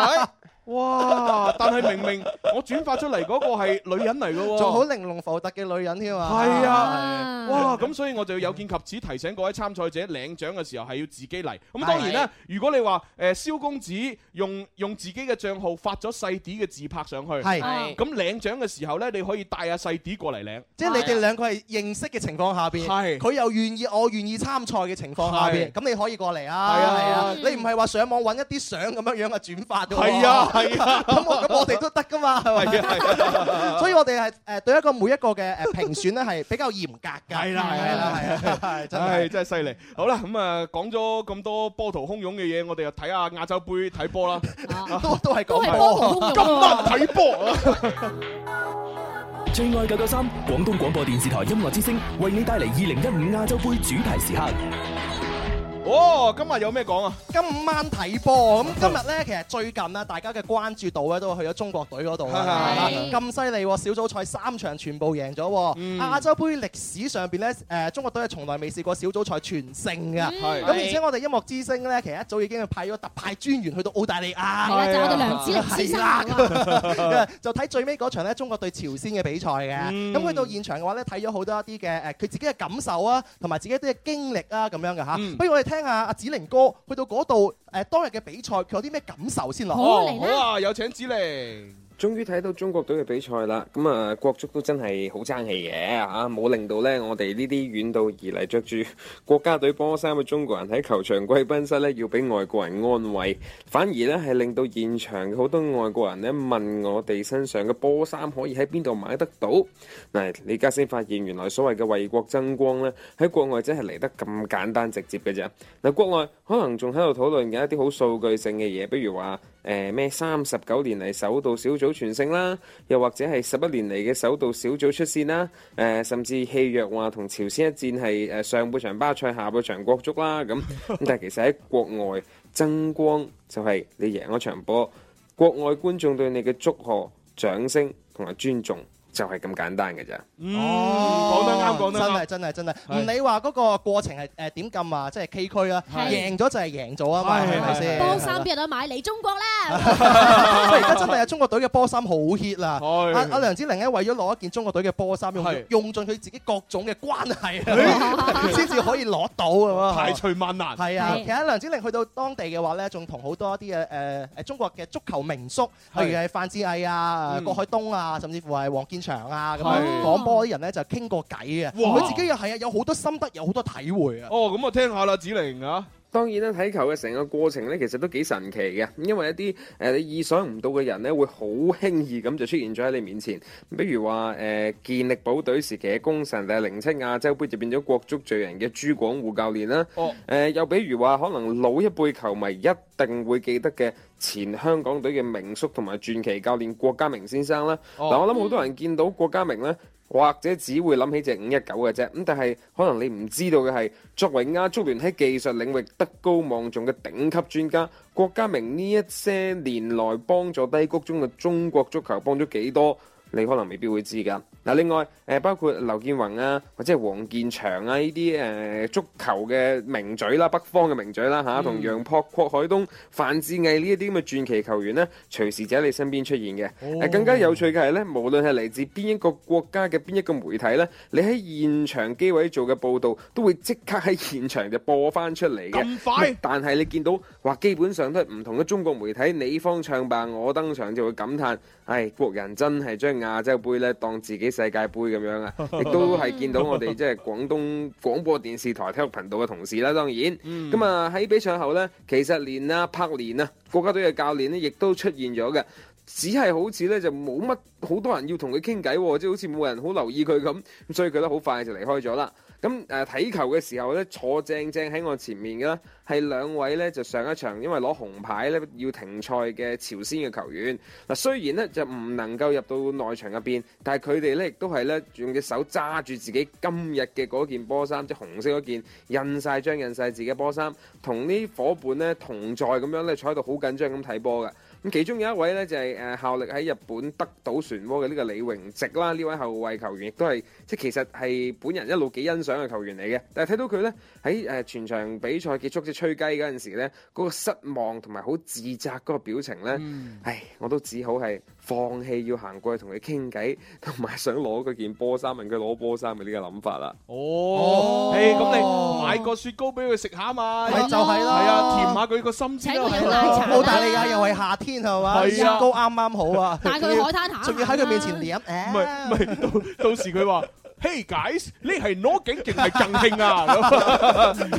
Speaker 6: 係
Speaker 8: 啊
Speaker 6: 哇！ 但係明明我轉發出嚟嗰個係女人嚟嘅喎，
Speaker 8: 仲好玲瓏浮凸嘅女人添啊！
Speaker 6: 係啊，哇！咁所以我就要有見及此，提醒各位參賽者領獎嘅時候係要自己嚟。咁當然啦，如果你話誒蕭公子用用自己嘅帳號發咗細啲嘅自拍上去，
Speaker 8: 係係
Speaker 6: 咁領獎嘅時候呢，你可以帶阿細啲過嚟領。
Speaker 8: 即係你啊哋兩個係認識嘅情況下邊，
Speaker 6: 係
Speaker 8: 佢又願意，我願意參賽嘅情況下
Speaker 6: 係
Speaker 8: 邊，咁你可以過嚟
Speaker 6: 係
Speaker 8: 啊，
Speaker 6: 啊
Speaker 8: 係啊，
Speaker 6: 嗯
Speaker 8: 你唔係話上網揾一啲相咁樣樣嘅轉發㗎喎
Speaker 6: 係啊係啊
Speaker 8: 咁我咁我哋都得㗎嘛，係咪？
Speaker 6: 係啊係啊
Speaker 8: 所以我哋係誒對一個每一個嘅誒評選咧係比較嚴
Speaker 6: 啊
Speaker 8: 格㗎，係
Speaker 6: 啦
Speaker 8: 係啦係啊，係真
Speaker 6: 唉，
Speaker 8: 係。
Speaker 6: 真係犀利！好啦，咁啊講咗咁多波濤洶湧嘅嘢，我哋就睇下亞洲杯睇波 啦。
Speaker 8: 都都係
Speaker 6: 講
Speaker 8: 講
Speaker 6: 波
Speaker 8: 波
Speaker 6: 今晚睇波。
Speaker 27: 最愛九九三廣東廣播電視台音樂之聲為你帶嚟二零一五亞洲杯主題時刻。
Speaker 6: 哦，今日有咩講啊？嗯
Speaker 8: 今晚睇波咁，今日咧其實最近啊，大家嘅關注度咧都去咗中國隊嗰度啦，
Speaker 6: 係
Speaker 8: 咁犀利喎！小組賽三場全部贏咗喎，
Speaker 6: 嗯
Speaker 8: 亞洲杯歷史上邊咧誒中國隊係從來未試過小組賽全勝嘅，
Speaker 6: 係
Speaker 8: 咁而且我哋音樂之星咧其實一早已經派咗特派專員去到澳大利亞，係
Speaker 6: 啦就係我啊哋梁子力先生
Speaker 8: 啦
Speaker 6: 係嘛
Speaker 8: 就睇最尾嗰場咧中國對朝鮮嘅比賽嘅，
Speaker 6: 嗯
Speaker 8: 咁佢到現場嘅話咧睇咗好多一啲嘅誒佢自己嘅感受啊，同埋自己一啲嘅經歷啊咁樣嘅嚇，
Speaker 6: 嗯
Speaker 8: 不如我哋聽下阿子玲哥去到嗰度誒當日嘅比賽，佢有啲咩感受先咯？
Speaker 6: 好啊，有請子玲。
Speaker 29: 終於睇到中國隊嘅比賽啦，咁啊國足都真係好爭氣嘅啊，冇令到呢我哋呢啲遠道而嚟着住國家隊波衫嘅中國人喺球場貴賓室呢要俾外國人安慰，反而呢係令到現場嘅好多外國人呢問我哋身上嘅波衫可以喺邊度買得到？嗱，你而家先發現原來所謂嘅為國爭光呢，喺國外真係嚟得咁簡單直接嘅啫。嗱，國內可能仲喺度討論緊一啲好數據性嘅嘢，比如話。誒咩三十九年嚟首度小組全勝啦，又或者係十一年嚟嘅首度小組出線啦，誒、甚至戲謔話同朝鮮一戰係誒上半場巴塞，下半場國足啦咁。咁但係其實喺國外爭光就係你贏嗰場波，國外觀眾對你嘅祝賀、掌聲同埋尊重就係咁簡單嘅咋。
Speaker 6: 嗯講得啱，講得
Speaker 8: 哦真
Speaker 6: 啱
Speaker 8: 係。真係真係，唔
Speaker 6: 係
Speaker 8: 理話嗰個過程係誒點咁啊，即係崎嶇啊，
Speaker 6: 係
Speaker 8: 贏咗就係贏咗啊嘛，
Speaker 6: 係
Speaker 8: 係咪先？
Speaker 11: 波衫邊有得買？嚟中國啦！
Speaker 8: 喂而家真係啊有中國隊嘅波衫好 hit 啦！阿阿梁子玲咧，為咗攞一件中國隊嘅波衫，用用盡佢自己各種嘅關係 啊，先至可以攞到咁啊！
Speaker 6: 排除萬難。
Speaker 8: 係啊，其實梁子玲去到當地嘅話咧，仲同好多一啲嘅誒誒中國嘅足球名宿，
Speaker 6: 係
Speaker 8: 例如係范志毅啊、
Speaker 6: 嗯
Speaker 8: 郭海東啊，甚至乎係黃建翔啊咁樣
Speaker 6: 係
Speaker 8: 講波啲人咧就傾過偈嘅，
Speaker 6: 哇
Speaker 8: 佢自己又係啊有好多心得，有好多體會啊！
Speaker 6: 哦，咁我聽下啦，子玲啊。
Speaker 29: 當然啦，睇球嘅成個過程咧，其實都幾神奇嘅，因為一啲誒、呃你意想唔到嘅人咧，會好輕易咁就出現咗喺你面前。比如話誒、呃健力寶隊時期嘅功臣，但係零七亞洲杯就變咗國足罪人嘅朱廣滬教練啦。
Speaker 6: 哦
Speaker 29: 誒又比如話，可能老一輩球迷一定會記得嘅前香港隊嘅名宿同埋傳奇教練郭家明先生啦。嗱、
Speaker 6: 哦
Speaker 29: 我諗好多人見到郭家明呢，或者只會諗起只五一九嘅啫。咁但係可能你唔知道嘅係，啊作為亞足聯喺技術領域德高望重嘅頂級專家，郭家明呢一些年來幫助低谷中嘅中國足球幫咗幾多？你可能未必會知㗎。嗱，另外誒包括劉建宏啊，或者係黃健翔啊呢啲誒足球嘅名嘴啦，北方嘅名嘴啦嚇，同楊樸、郭海東、范志毅呢一啲咁嘅傳奇球員呢，隨時就喺你身邊出現嘅。
Speaker 13: 哦
Speaker 29: 誒更加有趣嘅係呢，無論係嚟自邊一個國家嘅邊一個媒體呢，你喺現場機位做嘅報導，都會即刻喺現場就播翻出嚟嘅。
Speaker 6: 咁快
Speaker 29: 但係你見到話，基本上都係唔同嘅中國媒體，你方唱罷我登場，就會感嘆：唉，國人真係將亞洲杯咧當自己世界盃咁樣啊！ 亦都係見到我哋即係廣東廣播電視台體育頻道嘅同事啦，當然。咁啊喺比賽後呢，其實連啊柏連啊國家隊嘅教練呢，亦都出現咗嘅。只係好似咧就冇乜好多人要同佢傾偈喎，即係好似冇人好留意佢咁，咁所以佢咧好快就離開咗啦。咁誒睇球嘅時候咧，坐正正喺我前面嘅咧係兩位咧就上一場因為攞紅牌咧要停賽嘅朝鮮嘅球員。嗱雖然咧就唔能夠入到內場入邊，但係佢哋咧亦都係咧用隻手揸住自己今日嘅嗰件波衫，即係紅色嗰件印晒張印晒字嘅波衫，同呢伙伴咧同在咁樣咧坐喺度好緊張咁睇波嘅。咁其中有一位咧就係、誒效力喺日本德島漩渦嘅呢個李榮植啦，呢位後衞球員亦都係即係其實係本人一路幾欣賞嘅球員嚟嘅。但係睇到佢咧喺誒全場比賽結束即係吹雞嗰陣時咧，嗰、個失望同埋好自責嗰個表情咧，唉，我都只好係放棄要行過去同佢傾偈，同埋想攞佢件波衫問佢攞波衫嘅呢個諗法啦。
Speaker 6: 哦，誒咁你買個雪糕俾佢食下嘛，
Speaker 29: 咪就係咯
Speaker 6: 係啊，甜下佢個心先啊啦。
Speaker 8: 冇大利亞又係夏天係嘛？
Speaker 6: 係啊
Speaker 8: 雪糕啱啱好啊！
Speaker 6: 帶佢去海灘行
Speaker 8: 仲要喺佢面前舐，
Speaker 6: 唔
Speaker 8: 誒
Speaker 6: 係唔係，到到時佢話。Hey guys，呢係攞景定係贈 慶啊？咁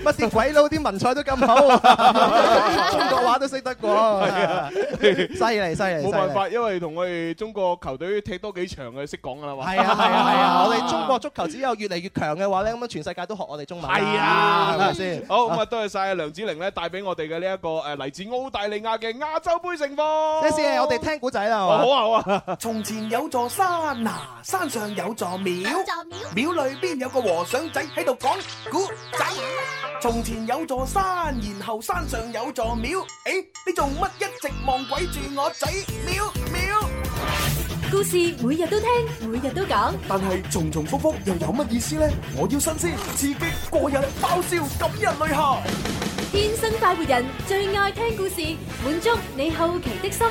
Speaker 8: 乜啲鬼佬啲文采都咁 好，中國話都識得
Speaker 6: 係
Speaker 8: 喎
Speaker 6: 啊，
Speaker 8: 犀利犀利，
Speaker 6: 冇辦法，因為同我哋中國球隊踢多幾場嘅識講噶啦嘛。
Speaker 8: 係啊係啊係啊！我哋中國足球只有越嚟越強嘅話咧，咁樣全世界都學我哋中文啦。
Speaker 6: 係啊，
Speaker 8: 係咪先？
Speaker 6: 好咁啊，多謝晒梁子玲咧，帶俾我哋嘅呢一個誒嚟自澳大利亞嘅亞洲杯盛況。
Speaker 8: 即係我哋聽古仔啦，係嘛
Speaker 6: 好啊好啊。
Speaker 12: 從前有座山啊，山上有座廟，廟裏邊有個和尚仔喺度講古仔。從前有座山，然後山上有座廟。誒，你做乜一直望鬼住我仔？廟廟。
Speaker 13: 故事每日都聽，每日都講，
Speaker 12: 但係重重複複又有乜意思呢？我要新鮮、刺激、過癮、爆笑、感人淚下。
Speaker 13: 天生快活人最愛聽故事，滿足你好奇的心。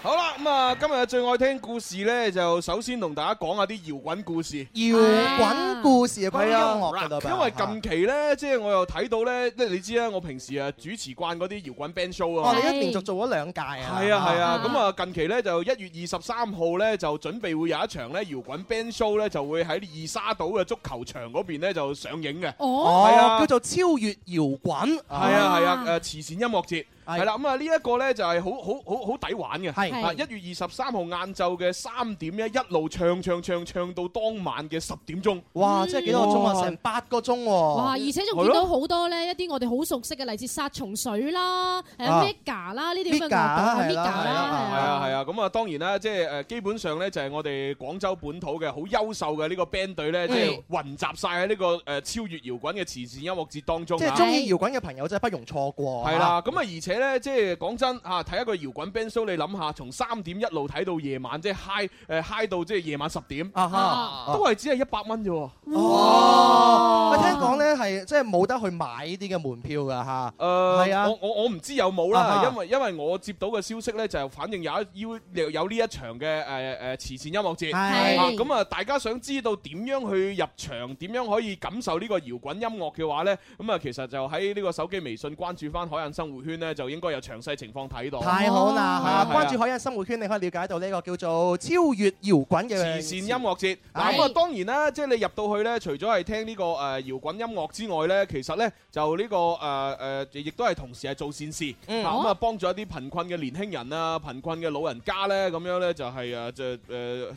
Speaker 6: 好啦，咁啊，今日嘅最愛聽故事咧，就首先同大家講下啲搖滾故事。
Speaker 8: 搖滾故事啊，關於音樂㗎啦，
Speaker 6: 因為近期咧，即係我又睇到咧，即係你知啦，我平時啊主持慣嗰啲搖滾 band show 啊。
Speaker 8: 我哦哋一連續做咗兩屆啊。
Speaker 6: 係啊係啊，咁啊近期咧就一月二十三號咧就準備會有一場咧搖滾 band show 咧就會喺二沙島嘅足球場嗰邊咧就上映嘅。
Speaker 8: 哦，
Speaker 6: 係啊
Speaker 8: 叫。做超越搖滾。
Speaker 6: 係啊係啊，誒慈善音樂節係啦，咁啊呢一個咧就係好好好好抵玩嘅，
Speaker 8: 係
Speaker 6: 啊一月二十三號晏晝嘅三點咧，一路唱唱唱唱到當晚嘅十點鐘，
Speaker 8: 哇！即係幾多個鐘啊？成八個鐘喎！
Speaker 11: 哇！而且仲見到好多咧，一啲我哋好熟悉嘅，例如殺蟲水啦，誒
Speaker 6: 啊
Speaker 11: Mega 啦，呢啲咁嘅
Speaker 6: Mega，
Speaker 11: 活動啊
Speaker 6: 係
Speaker 11: Mega
Speaker 6: 啦
Speaker 11: 啦，
Speaker 6: 係啊係啊，咁啊當然啦，即係誒基本上咧就係我哋廣州本土嘅好優秀嘅呢個 band 隊咧，即
Speaker 8: 嗯
Speaker 6: 係混集晒喺呢個誒超越搖滾嘅慈善音樂節當中啊，
Speaker 8: 即係中意搖滾嘅朋友真係不容錯過。
Speaker 6: 係啦，咁啊，而且咧，即係講真啊，睇一個搖滾 band show，你諗下，從三點一路睇到夜晚，即係 high 誒 high 到即係夜晚十點，
Speaker 8: 啊哈
Speaker 6: 都係只係一百蚊啫喎。
Speaker 8: 哦，喂，聽講咧係即係冇得去買呢啲嘅門票㗎嚇。
Speaker 6: 誒，
Speaker 8: 係啊
Speaker 6: 呃我我我唔知有冇
Speaker 8: 啊
Speaker 6: 啦，
Speaker 8: 哈
Speaker 6: 因為因為我接到嘅消息咧，就反正有一要有呢一場嘅誒誒慈善音樂節，
Speaker 8: 係
Speaker 6: 啊咁啊，大家想知道點樣去入場，點樣可以感受呢個搖滾音樂嘅話咧，咁啊，其實就喺呢個手機微信關注翻海印生活圈咧，就應該有詳細情況睇到。
Speaker 8: 太好啦
Speaker 6: 係啊
Speaker 8: 嚇！
Speaker 6: 係啊
Speaker 8: 關注海印生活圈，你可以了解到呢個叫做超越搖滾嘅
Speaker 6: 慈善音樂節。嗱咁啊，當然啦，即係你入到去咧，除咗係聽呢個誒搖滾音樂之外咧，其實咧就呢個誒誒，亦都係同時係做善事，
Speaker 8: 嗯
Speaker 6: 啊咁啊幫助一啲貧困嘅年輕人啊、貧困嘅老人家咧，咁樣咧就係誒就誒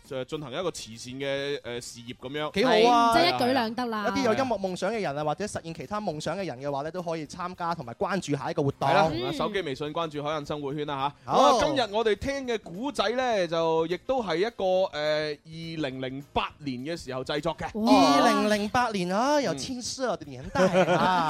Speaker 6: 就進行一個慈善嘅誒事業咁樣，
Speaker 8: 幾好啊！
Speaker 6: 係
Speaker 8: 一啲有音樂夢想嘅人啊，或者實現其他夢想嘅人嘅話咧，都可以參加同埋關注下一個活動。
Speaker 6: 系啦，同埋手機微信關注海印生活圈啦吓。咁
Speaker 8: 嗯好
Speaker 6: 啊，今日我哋聽嘅古仔咧，就亦都係一個誒二零零八年嘅時候製作嘅。
Speaker 8: 二零零八年啊，由千禧我哋年代 啊，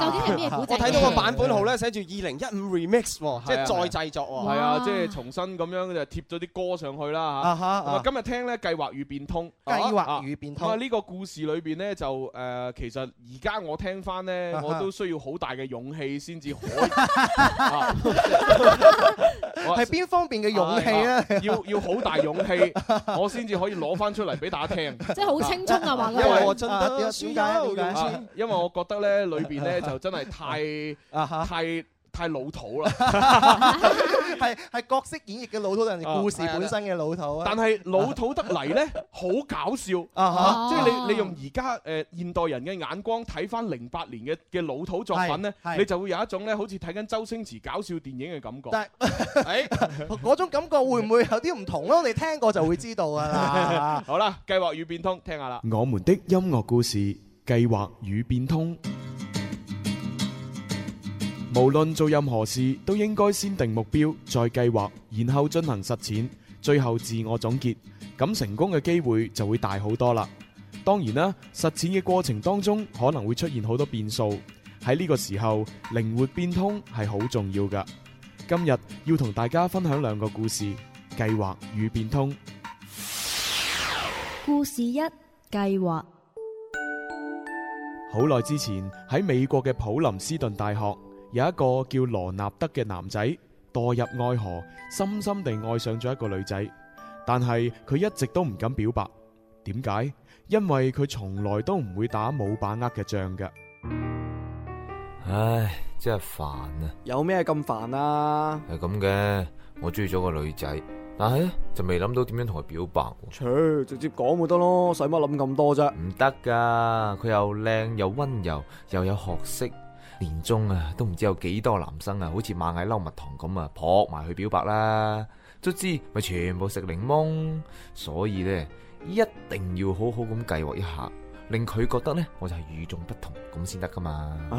Speaker 6: 究竟係咩古仔
Speaker 16: 我睇到個版本號咧，寫住二零一五 remix，喎
Speaker 8: 啊
Speaker 16: 即係再製作喎。
Speaker 6: 哦係啊，即係重新咁樣就貼咗啲歌上去啦
Speaker 8: 啊
Speaker 6: 嚇。
Speaker 8: 哈
Speaker 6: 咁
Speaker 8: 啊
Speaker 6: 啊，今日聽咧計劃與變通，
Speaker 8: 計劃與變通
Speaker 6: 啊咁啊呢個故事裏邊咧就誒，其實而家我聽翻咧
Speaker 8: 啊，哈
Speaker 6: 我都需要好大嘅勇氣先至可 以。啊
Speaker 8: 係邊方面嘅勇氣
Speaker 6: 啊
Speaker 8: 咧？
Speaker 6: 要要好大勇 氣，我先至可以攞翻出嚟俾大家聽。
Speaker 11: 即係好青春啊！話
Speaker 6: 因為
Speaker 11: 嗰
Speaker 6: 我
Speaker 11: 個
Speaker 6: 真
Speaker 8: 得啊點解啊點解啊
Speaker 6: 啊因為我覺得 咧裏邊咧就真係太太太老土啦。
Speaker 8: 係係角色演繹嘅老土定係故事本身嘅老土啊？
Speaker 6: 但係老土得嚟呢，好搞笑
Speaker 8: 啊哈
Speaker 6: 即係你你用而家誒現代人嘅眼光睇翻零八年嘅嘅老土作品呢，
Speaker 8: 係係
Speaker 6: 你就會有一種呢好似睇緊周星馳搞笑電影嘅感覺。
Speaker 8: 但係嗰種感覺會唔會有啲唔同咧？我哋聽過就會知道㗎啦。
Speaker 6: 好啦，計劃與變通，聽下啦。
Speaker 9: 我们的音乐故事计划与变通。无论做任何事，都应该先定目标，再计划，然后进行实践，最后自我总结，咁成功嘅机会就会大好多啦。当然啦，实践嘅过程当中可能会出现好多变数，喺呢个时候灵活变通系好重要噶。今日要同大家分享两个故事，计划与变通。
Speaker 18: 故事一計劃
Speaker 9: 好耐之前喺美國嘅普林斯頓大學，有一個叫羅納德嘅男仔墮入愛河，深深地愛上咗一個女仔，但係佢一直都唔敢表白。點解？因為佢從來都唔會打冇把握嘅仗嘅。
Speaker 28: 唉，真系煩啊！
Speaker 10: 有咩咁煩啊？
Speaker 28: 係咁嘅，我中意咗個女仔，但係咧就未諗到點樣同佢表白喎。
Speaker 10: 切，直接講咪得咯，使乜諗咁多啫？
Speaker 28: 唔得噶，佢又靚又温柔，又有學識，年中啊都唔知有幾多男生啊，好似螞蟻嬲蜜糖咁啊，撲埋去表白啦。卒之咪全部食檸檬，所以呢，一定要好好咁計劃一下，令佢覺得呢，我就係與眾不同咁先得噶嘛。啊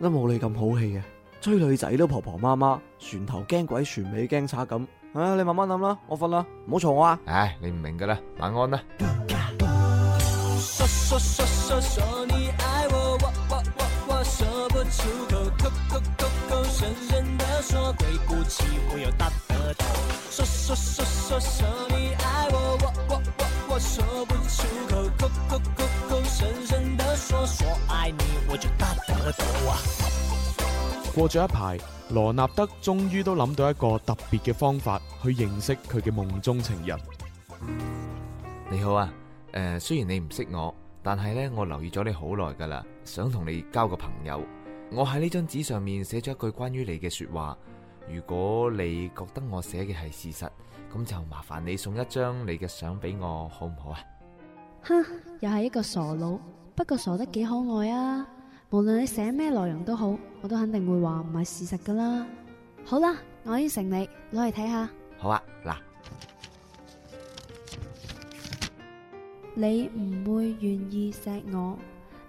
Speaker 10: 唉，都冇你咁好氣嘅，追女仔都婆婆媽媽，船頭驚鬼，船尾驚賊咁。唉，你慢慢諗啦，我瞓啦，唔好嘈我啊！
Speaker 28: 唉，你唔明噶啦，晚安啦。
Speaker 4: 说说说说说你爱我，我我我我说不出口，口口口口声声的说对不起，我又大舌头。说说说说说你爱我，我我我我说不出口，口口口口声声的说说爱你，我就大舌头啊。
Speaker 9: 過咗一排，羅納德終於都諗到一個特別嘅方法去認識佢嘅夢中情人。
Speaker 28: 你好啊，诶、雖然你唔識我，但係呢，我留意咗你好耐噶啦，想同你交個朋友。我喺呢張紙上面寫咗一句關於你嘅说話。如果你覺得我寫嘅係事實，咁就麻煩你送一張你嘅相俾我，好唔好啊？
Speaker 18: 哼，又係一個傻佬，不過傻得幾可愛啊！無論你寫咩內容都好，我都肯定會話唔係事實噶啦。好啦，我應承你，攞嚟睇下。
Speaker 28: 好啊，嗱，
Speaker 18: 你唔會願意錫我，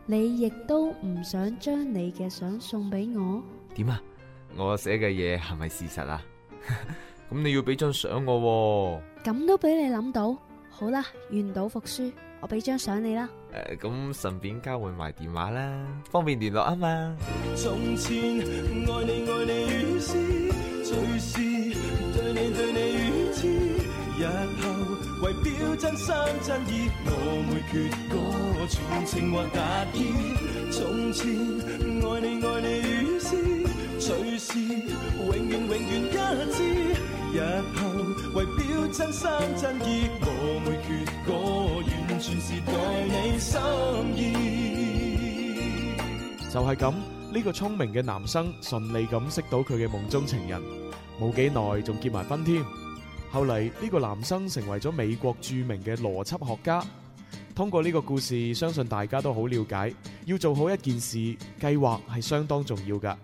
Speaker 18: 你亦都唔想將你嘅相送俾我。
Speaker 28: 點啊？我寫嘅嘢係咪事實啊？ 咁你要俾張相我、喎。
Speaker 18: 咁都俾你諗到，好啦，願賭服輸，我俾張相你啦。
Speaker 28: 诶，呃咁順便交換埋電話啦，方便聯絡啊嘛。
Speaker 4: 從前愛你愛你如斯，隨時對你對你如痴。日後為表真心真意，我沒缺過全情或達意。從前愛你愛你如斯，隨時永遠永遠一致。日後為表真心真意，我沒缺過，完全是待你心意。
Speaker 9: 就係咁，呢個聰明嘅男生順利咁識到佢嘅夢中情人，冇幾耐仲結埋婚添。後嚟呢個男生成為咗美國著名嘅邏輯學家。通過呢個故事，相信大家都好了解，要做好一件事，計劃係相當重要噶。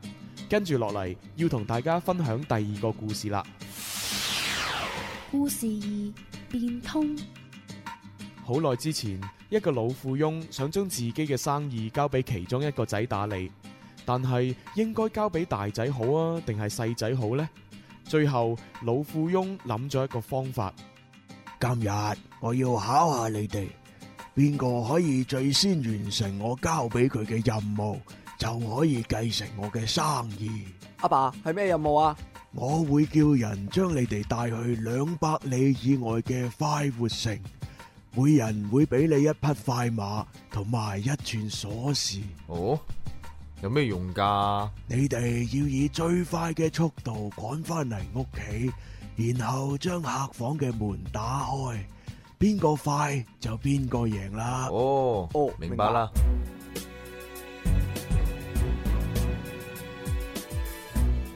Speaker 9: 跟住落嚟要同大家分享第二個故事啦。
Speaker 18: 故事二變通。
Speaker 9: 好耐之前，一個老富翁想將自己嘅生意交俾其中一個仔打理，但係應該交俾大仔好啊，定係細仔好呢？最後，老富翁諗咗一個方法。
Speaker 20: 今日我要考下你哋，边个可以最先完成我交俾佢嘅任務，就可以繼承我嘅生意。
Speaker 10: 阿爸係咩任務啊？
Speaker 20: 我會叫人將你哋帶去兩百里以外嘅快活城，每人會俾你一匹快馬同埋一串鎖匙。
Speaker 28: 哦，有咩用㗎？
Speaker 20: 你哋要以最快嘅速度趕翻嚟屋企，然後將客房嘅門打開，邊個快就邊個贏啦。
Speaker 28: 哦，哦，明白啦。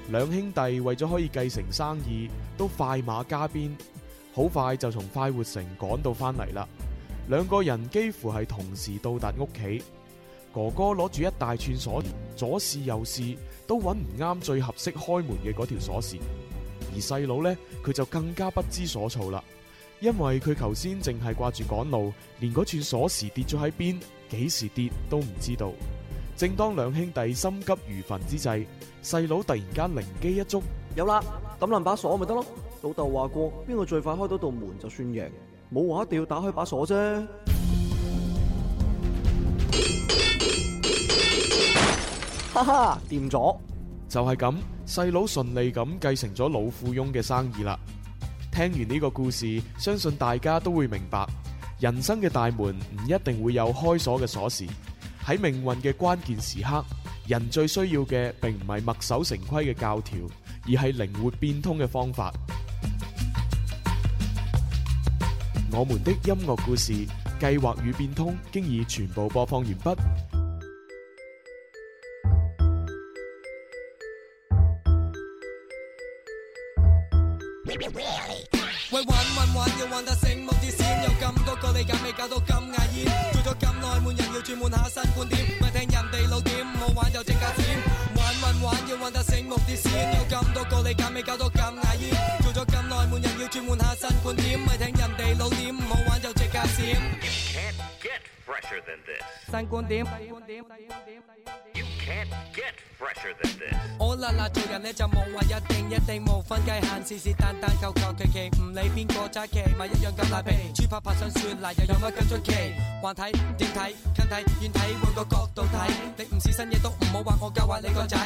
Speaker 9: 兩兄弟為咗可以繼承生意，都快馬加鞭，好快就從快活城趕到返嚟啦。兩個人幾乎係同時到達屋企。哥哥攞住一大串鎖匙，左試右試都揾唔啱最合適開門嘅嗰條鎖匙。而細佬呢，佢就更加不知所措啦，因為佢頭先淨係掛住趕路，連嗰串鎖匙跌咗喺邊，幾時跌都唔知道。正當兩兄弟心急如焚之際，細佬突然間靈機一觸，
Speaker 17: 有啦，抌爛把鎖咪得咯。老豆話過，邊個最快開到道門就算贏，冇話一定要打開把鎖啫。哈哈，掂咗。
Speaker 9: 就係咁，細佬順利咁繼承咗老富翁嘅生意啦。聽完呢個故事，相信大家都會明白，人生嘅大門唔一定會有開鎖嘅鎖匙。喺命運嘅關鍵時刻，人最需要嘅並唔係墨守成規嘅教條，而係靈活變通嘅方法。我們的音樂故事計劃與變通經已全部播放完畢。
Speaker 1: 喂，玩玩玩，要玩得醒目啲先，有咁多個你揀，未搞到咁牙煙，做咗咁耐悶人，要轉換下新觀點，咪聽人哋老點，冇玩就即刻剪。玩玩玩，要玩得醒目啲先，有咁多個你揀，未搞到咁牙煙，做咗咁耐悶人，要轉換下新觀點，咪聽人哋老點，冇玩就即刻閃。
Speaker 14: Can't get fresher than this.
Speaker 1: 新觀點。
Speaker 14: Can't get fresher than this.
Speaker 1: 我啦啦做人呢就冇話一定一定冇分界限，是是但但求求其其，唔理邊個揸旗，咪一樣咁賴皮。豬拍拍上雪嗱，又有乜咁出奇？還睇點睇？近睇遠睇，換個角度睇。你唔試新嘢都唔好話我教壞你個仔。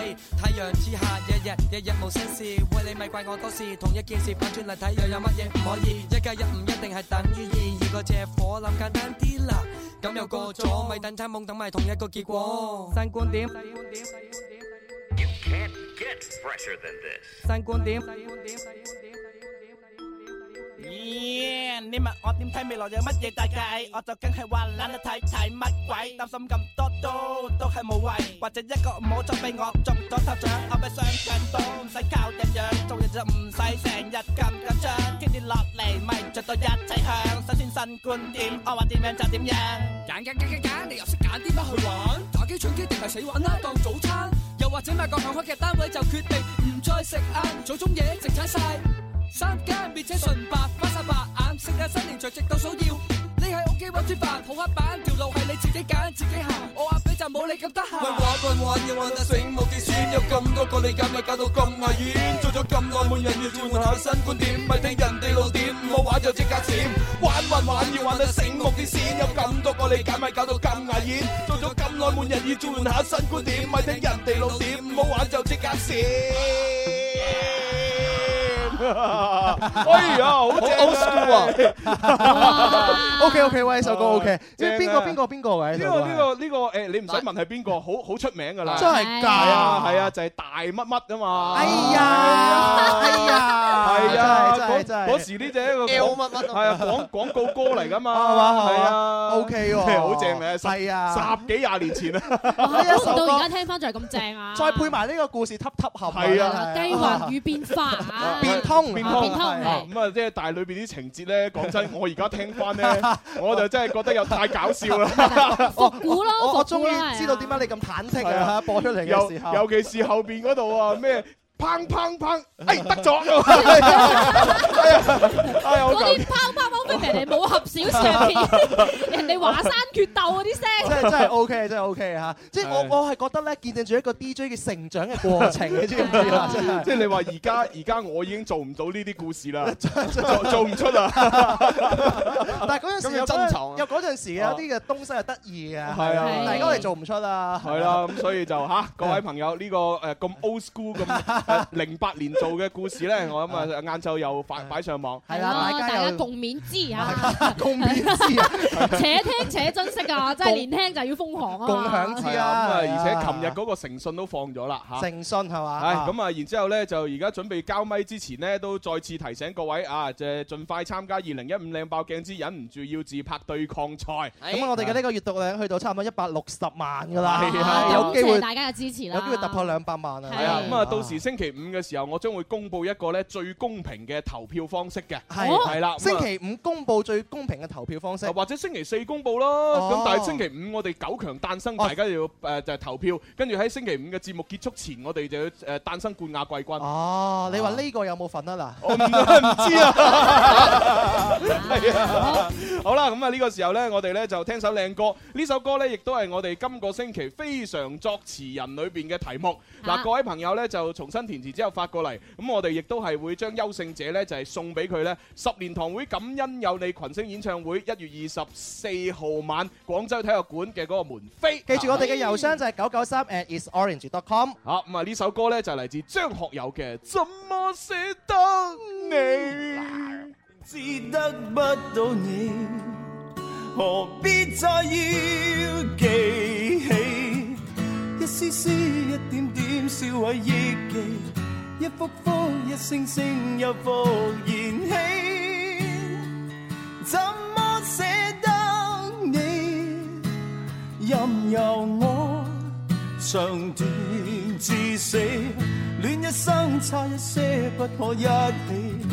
Speaker 1: 太陽之下，日日日日無新事，喂你咪怪我多事。同一件事反轉嚟睇，又有乜嘢唔可以？一加一唔一定係等於二，二個借火諗簡單啲啦。咁又過咗，咪等餐懵等埋同一個結果。新觀點。
Speaker 14: Can't get fresher than this.
Speaker 1: 新觀點。
Speaker 30: Yeah，你問我點睇未來有乜嘢大計，我就梗係話懶得睇睇乜鬼，擔心咁多都都係無謂，或者一個唔好再俾我中咗頭獎，我咪上緊都唔使靠人樣，做嘢就唔使成日咁緊張，跟住落嚟咪着到一齊向，首先新觀點，我話點樣就點樣。
Speaker 14: 揀揀揀揀揀，你又識揀啲乜去玩？打機、唱機定係死玩啦，當早餐。又或者買個向開嘅單位就決定唔再食晏，早中夜直踩晒。三間滅且純白，花晒白眼，食下新年除夕倒數要。你喺屋企揾煮飯，好黑板，條路係你自己揀，自己行。我阿比就冇你咁得閒。
Speaker 1: 喂
Speaker 14: 玩玩玩，要玩得醒目啲先，有咁多個你揀咪搞到咁牙煙。做咗咁耐，每人要轉換下新觀點，咪聽人哋老點，唔好玩就即刻閃。玩玩玩，要玩得醒目啲先，有咁多個你揀咪搞到咁牙煙。做咗咁耐，每人要轉換下新觀點，咪聽人哋老點，唔好玩就即刻閃。
Speaker 6: 哎呀，好正啊
Speaker 8: Old school 啊！OK OK，喂，呢首歌 OK，即係
Speaker 6: 正
Speaker 8: 邊
Speaker 6: 啊
Speaker 8: 個邊個邊個嘅呢
Speaker 6: 呢
Speaker 8: 首
Speaker 6: 個
Speaker 8: 歌
Speaker 6: 呢
Speaker 8: 係
Speaker 6: 個呢個誒，你唔使問係邊個，好好出名㗎啦。
Speaker 8: 真係㗎
Speaker 6: 係啊係啊，就係大乜乜啊嘛。哎
Speaker 8: 呀哎呀
Speaker 6: 係啊，
Speaker 8: 真係
Speaker 6: 嗰
Speaker 8: 真係
Speaker 6: 嗰時呢只係一個廣
Speaker 8: L 乜乜啊
Speaker 6: 係啊廣廣告歌嚟㗎嘛。
Speaker 8: 係嘛
Speaker 6: 係
Speaker 8: 係
Speaker 6: 啊
Speaker 8: 嘛，OK 喎
Speaker 6: 好正咧。十
Speaker 8: 係啊
Speaker 6: 十幾廿年前啊。
Speaker 8: 呢一
Speaker 11: 估唔
Speaker 8: 首
Speaker 11: 到而家
Speaker 8: 歌，
Speaker 11: 聽翻就係咁正啊！
Speaker 8: 再配埋呢個故事，揼揼合
Speaker 6: 係啊
Speaker 11: 計劃與變化 啊！
Speaker 8: 變通
Speaker 6: 變
Speaker 11: 變
Speaker 6: 通
Speaker 11: 通
Speaker 6: 啊咁啊，即係但係裏邊啲情節咧，講 真，我而家聽翻咧，我就真係覺得又太搞笑啦。
Speaker 8: 估咯，哦我我終於知道點解你咁忐忑
Speaker 6: 係啊
Speaker 8: 啊！播出嚟嘅時 候，
Speaker 6: 尤尤其是後邊嗰度啊，咩砰砰砰，哎得咗， 哎呀哎呀，
Speaker 11: 嗰
Speaker 6: 好搞
Speaker 11: 啲拋拋拋飛人哋武俠小說入邊，人哋華山決鬥嗰啲聲，
Speaker 8: 真係真係 OK，真係 OK 嚇！即係我我係覺得咧，見證住一個 DJ 嘅成長嘅過 程，你知唔知啊？真係
Speaker 6: 即係你話而家而家我已經做唔到呢啲故事 啦，做做唔出啦，
Speaker 8: 但係嗰陣時
Speaker 6: 咁
Speaker 8: 有
Speaker 6: 要珍藏
Speaker 8: 嗰
Speaker 6: 啊
Speaker 8: 有嗰陣時嘅有啲嘅東西係得意嘅，
Speaker 6: 係啊
Speaker 8: 但係而家我哋做唔出啦。
Speaker 6: 係啦，咁所以就 吓各位朋友呢個誒咁 old school 咁 零八年做嘅故事咧，我諗啊晏晝又擺擺上網，
Speaker 8: 係
Speaker 11: 啊大家共勉之知啊！
Speaker 8: 共勉之啊！
Speaker 11: 且聽且珍惜啊！真係年輕就要瘋狂啊！嘛！
Speaker 6: 係咁啊，而且琴日嗰個誠信都放咗啦嚇。
Speaker 8: 誠信係嘛
Speaker 6: 係
Speaker 8: 啊
Speaker 6: 咁啊，然之後咧就而家準備交咪之前呢，都再次提醒各位啊，即係盡快參加二零一五靚爆鏡之忍唔住要自拍對抗賽。
Speaker 8: 咁啊我哋嘅呢個閱讀量去到差唔多一百六十萬㗎啦
Speaker 6: 係啊，
Speaker 8: 有機
Speaker 11: 多謝
Speaker 8: 會
Speaker 11: 大家嘅支持啦！
Speaker 8: 有機會突破兩百萬啊！
Speaker 6: 係啊，咁啊，到時星期五嘅時候，我將會公佈一個咧最公平嘅投票方式嘅，
Speaker 8: 係
Speaker 6: 係啦，咁
Speaker 8: 星
Speaker 6: 啊
Speaker 8: 期五公佈最公平嘅投票方式，
Speaker 6: 或者星期四公佈咯，
Speaker 8: 哦
Speaker 6: 咁但係星期五我哋九強誕生，大家要誒就係投票，跟住喺星期五嘅節目結束前，我哋就要誒誕生冠亞季軍。
Speaker 8: 哦，你話呢個有冇份啊？嗱，
Speaker 6: 我唔唔知啊，係啊，好啦，咁啊呢個時候呢，我哋呢就聽首靚歌，呢首歌呢，亦都係我哋今個星期非常作詞人裏邊嘅題目。嗱，各位朋友呢，就重新填詞之後發過嚟，咁我哋亦都係會將優勝者呢，就係送俾佢呢十年堂會感恩有你群星演唱會一月二十四號晚廣州體育館嘅嗰個門飛。
Speaker 8: 記住我哋嘅郵箱就係九九三 at isorange.com。
Speaker 6: 好，咁啊呢首歌呢，就嚟自張學友嘅《怎麼捨得你》。
Speaker 4: 知得不到你，何必再要記起？一絲絲，一點點，燒毀憶記，一幅幅，一聲聲，又復燃起。怎麼捨得你？任由我長斷至死，戀一生差一些，不可一起。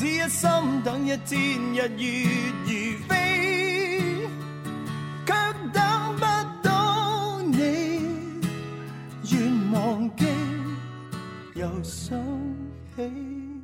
Speaker 4: 只一心等一天日月如飛，卻等不到你，願忘記又想起。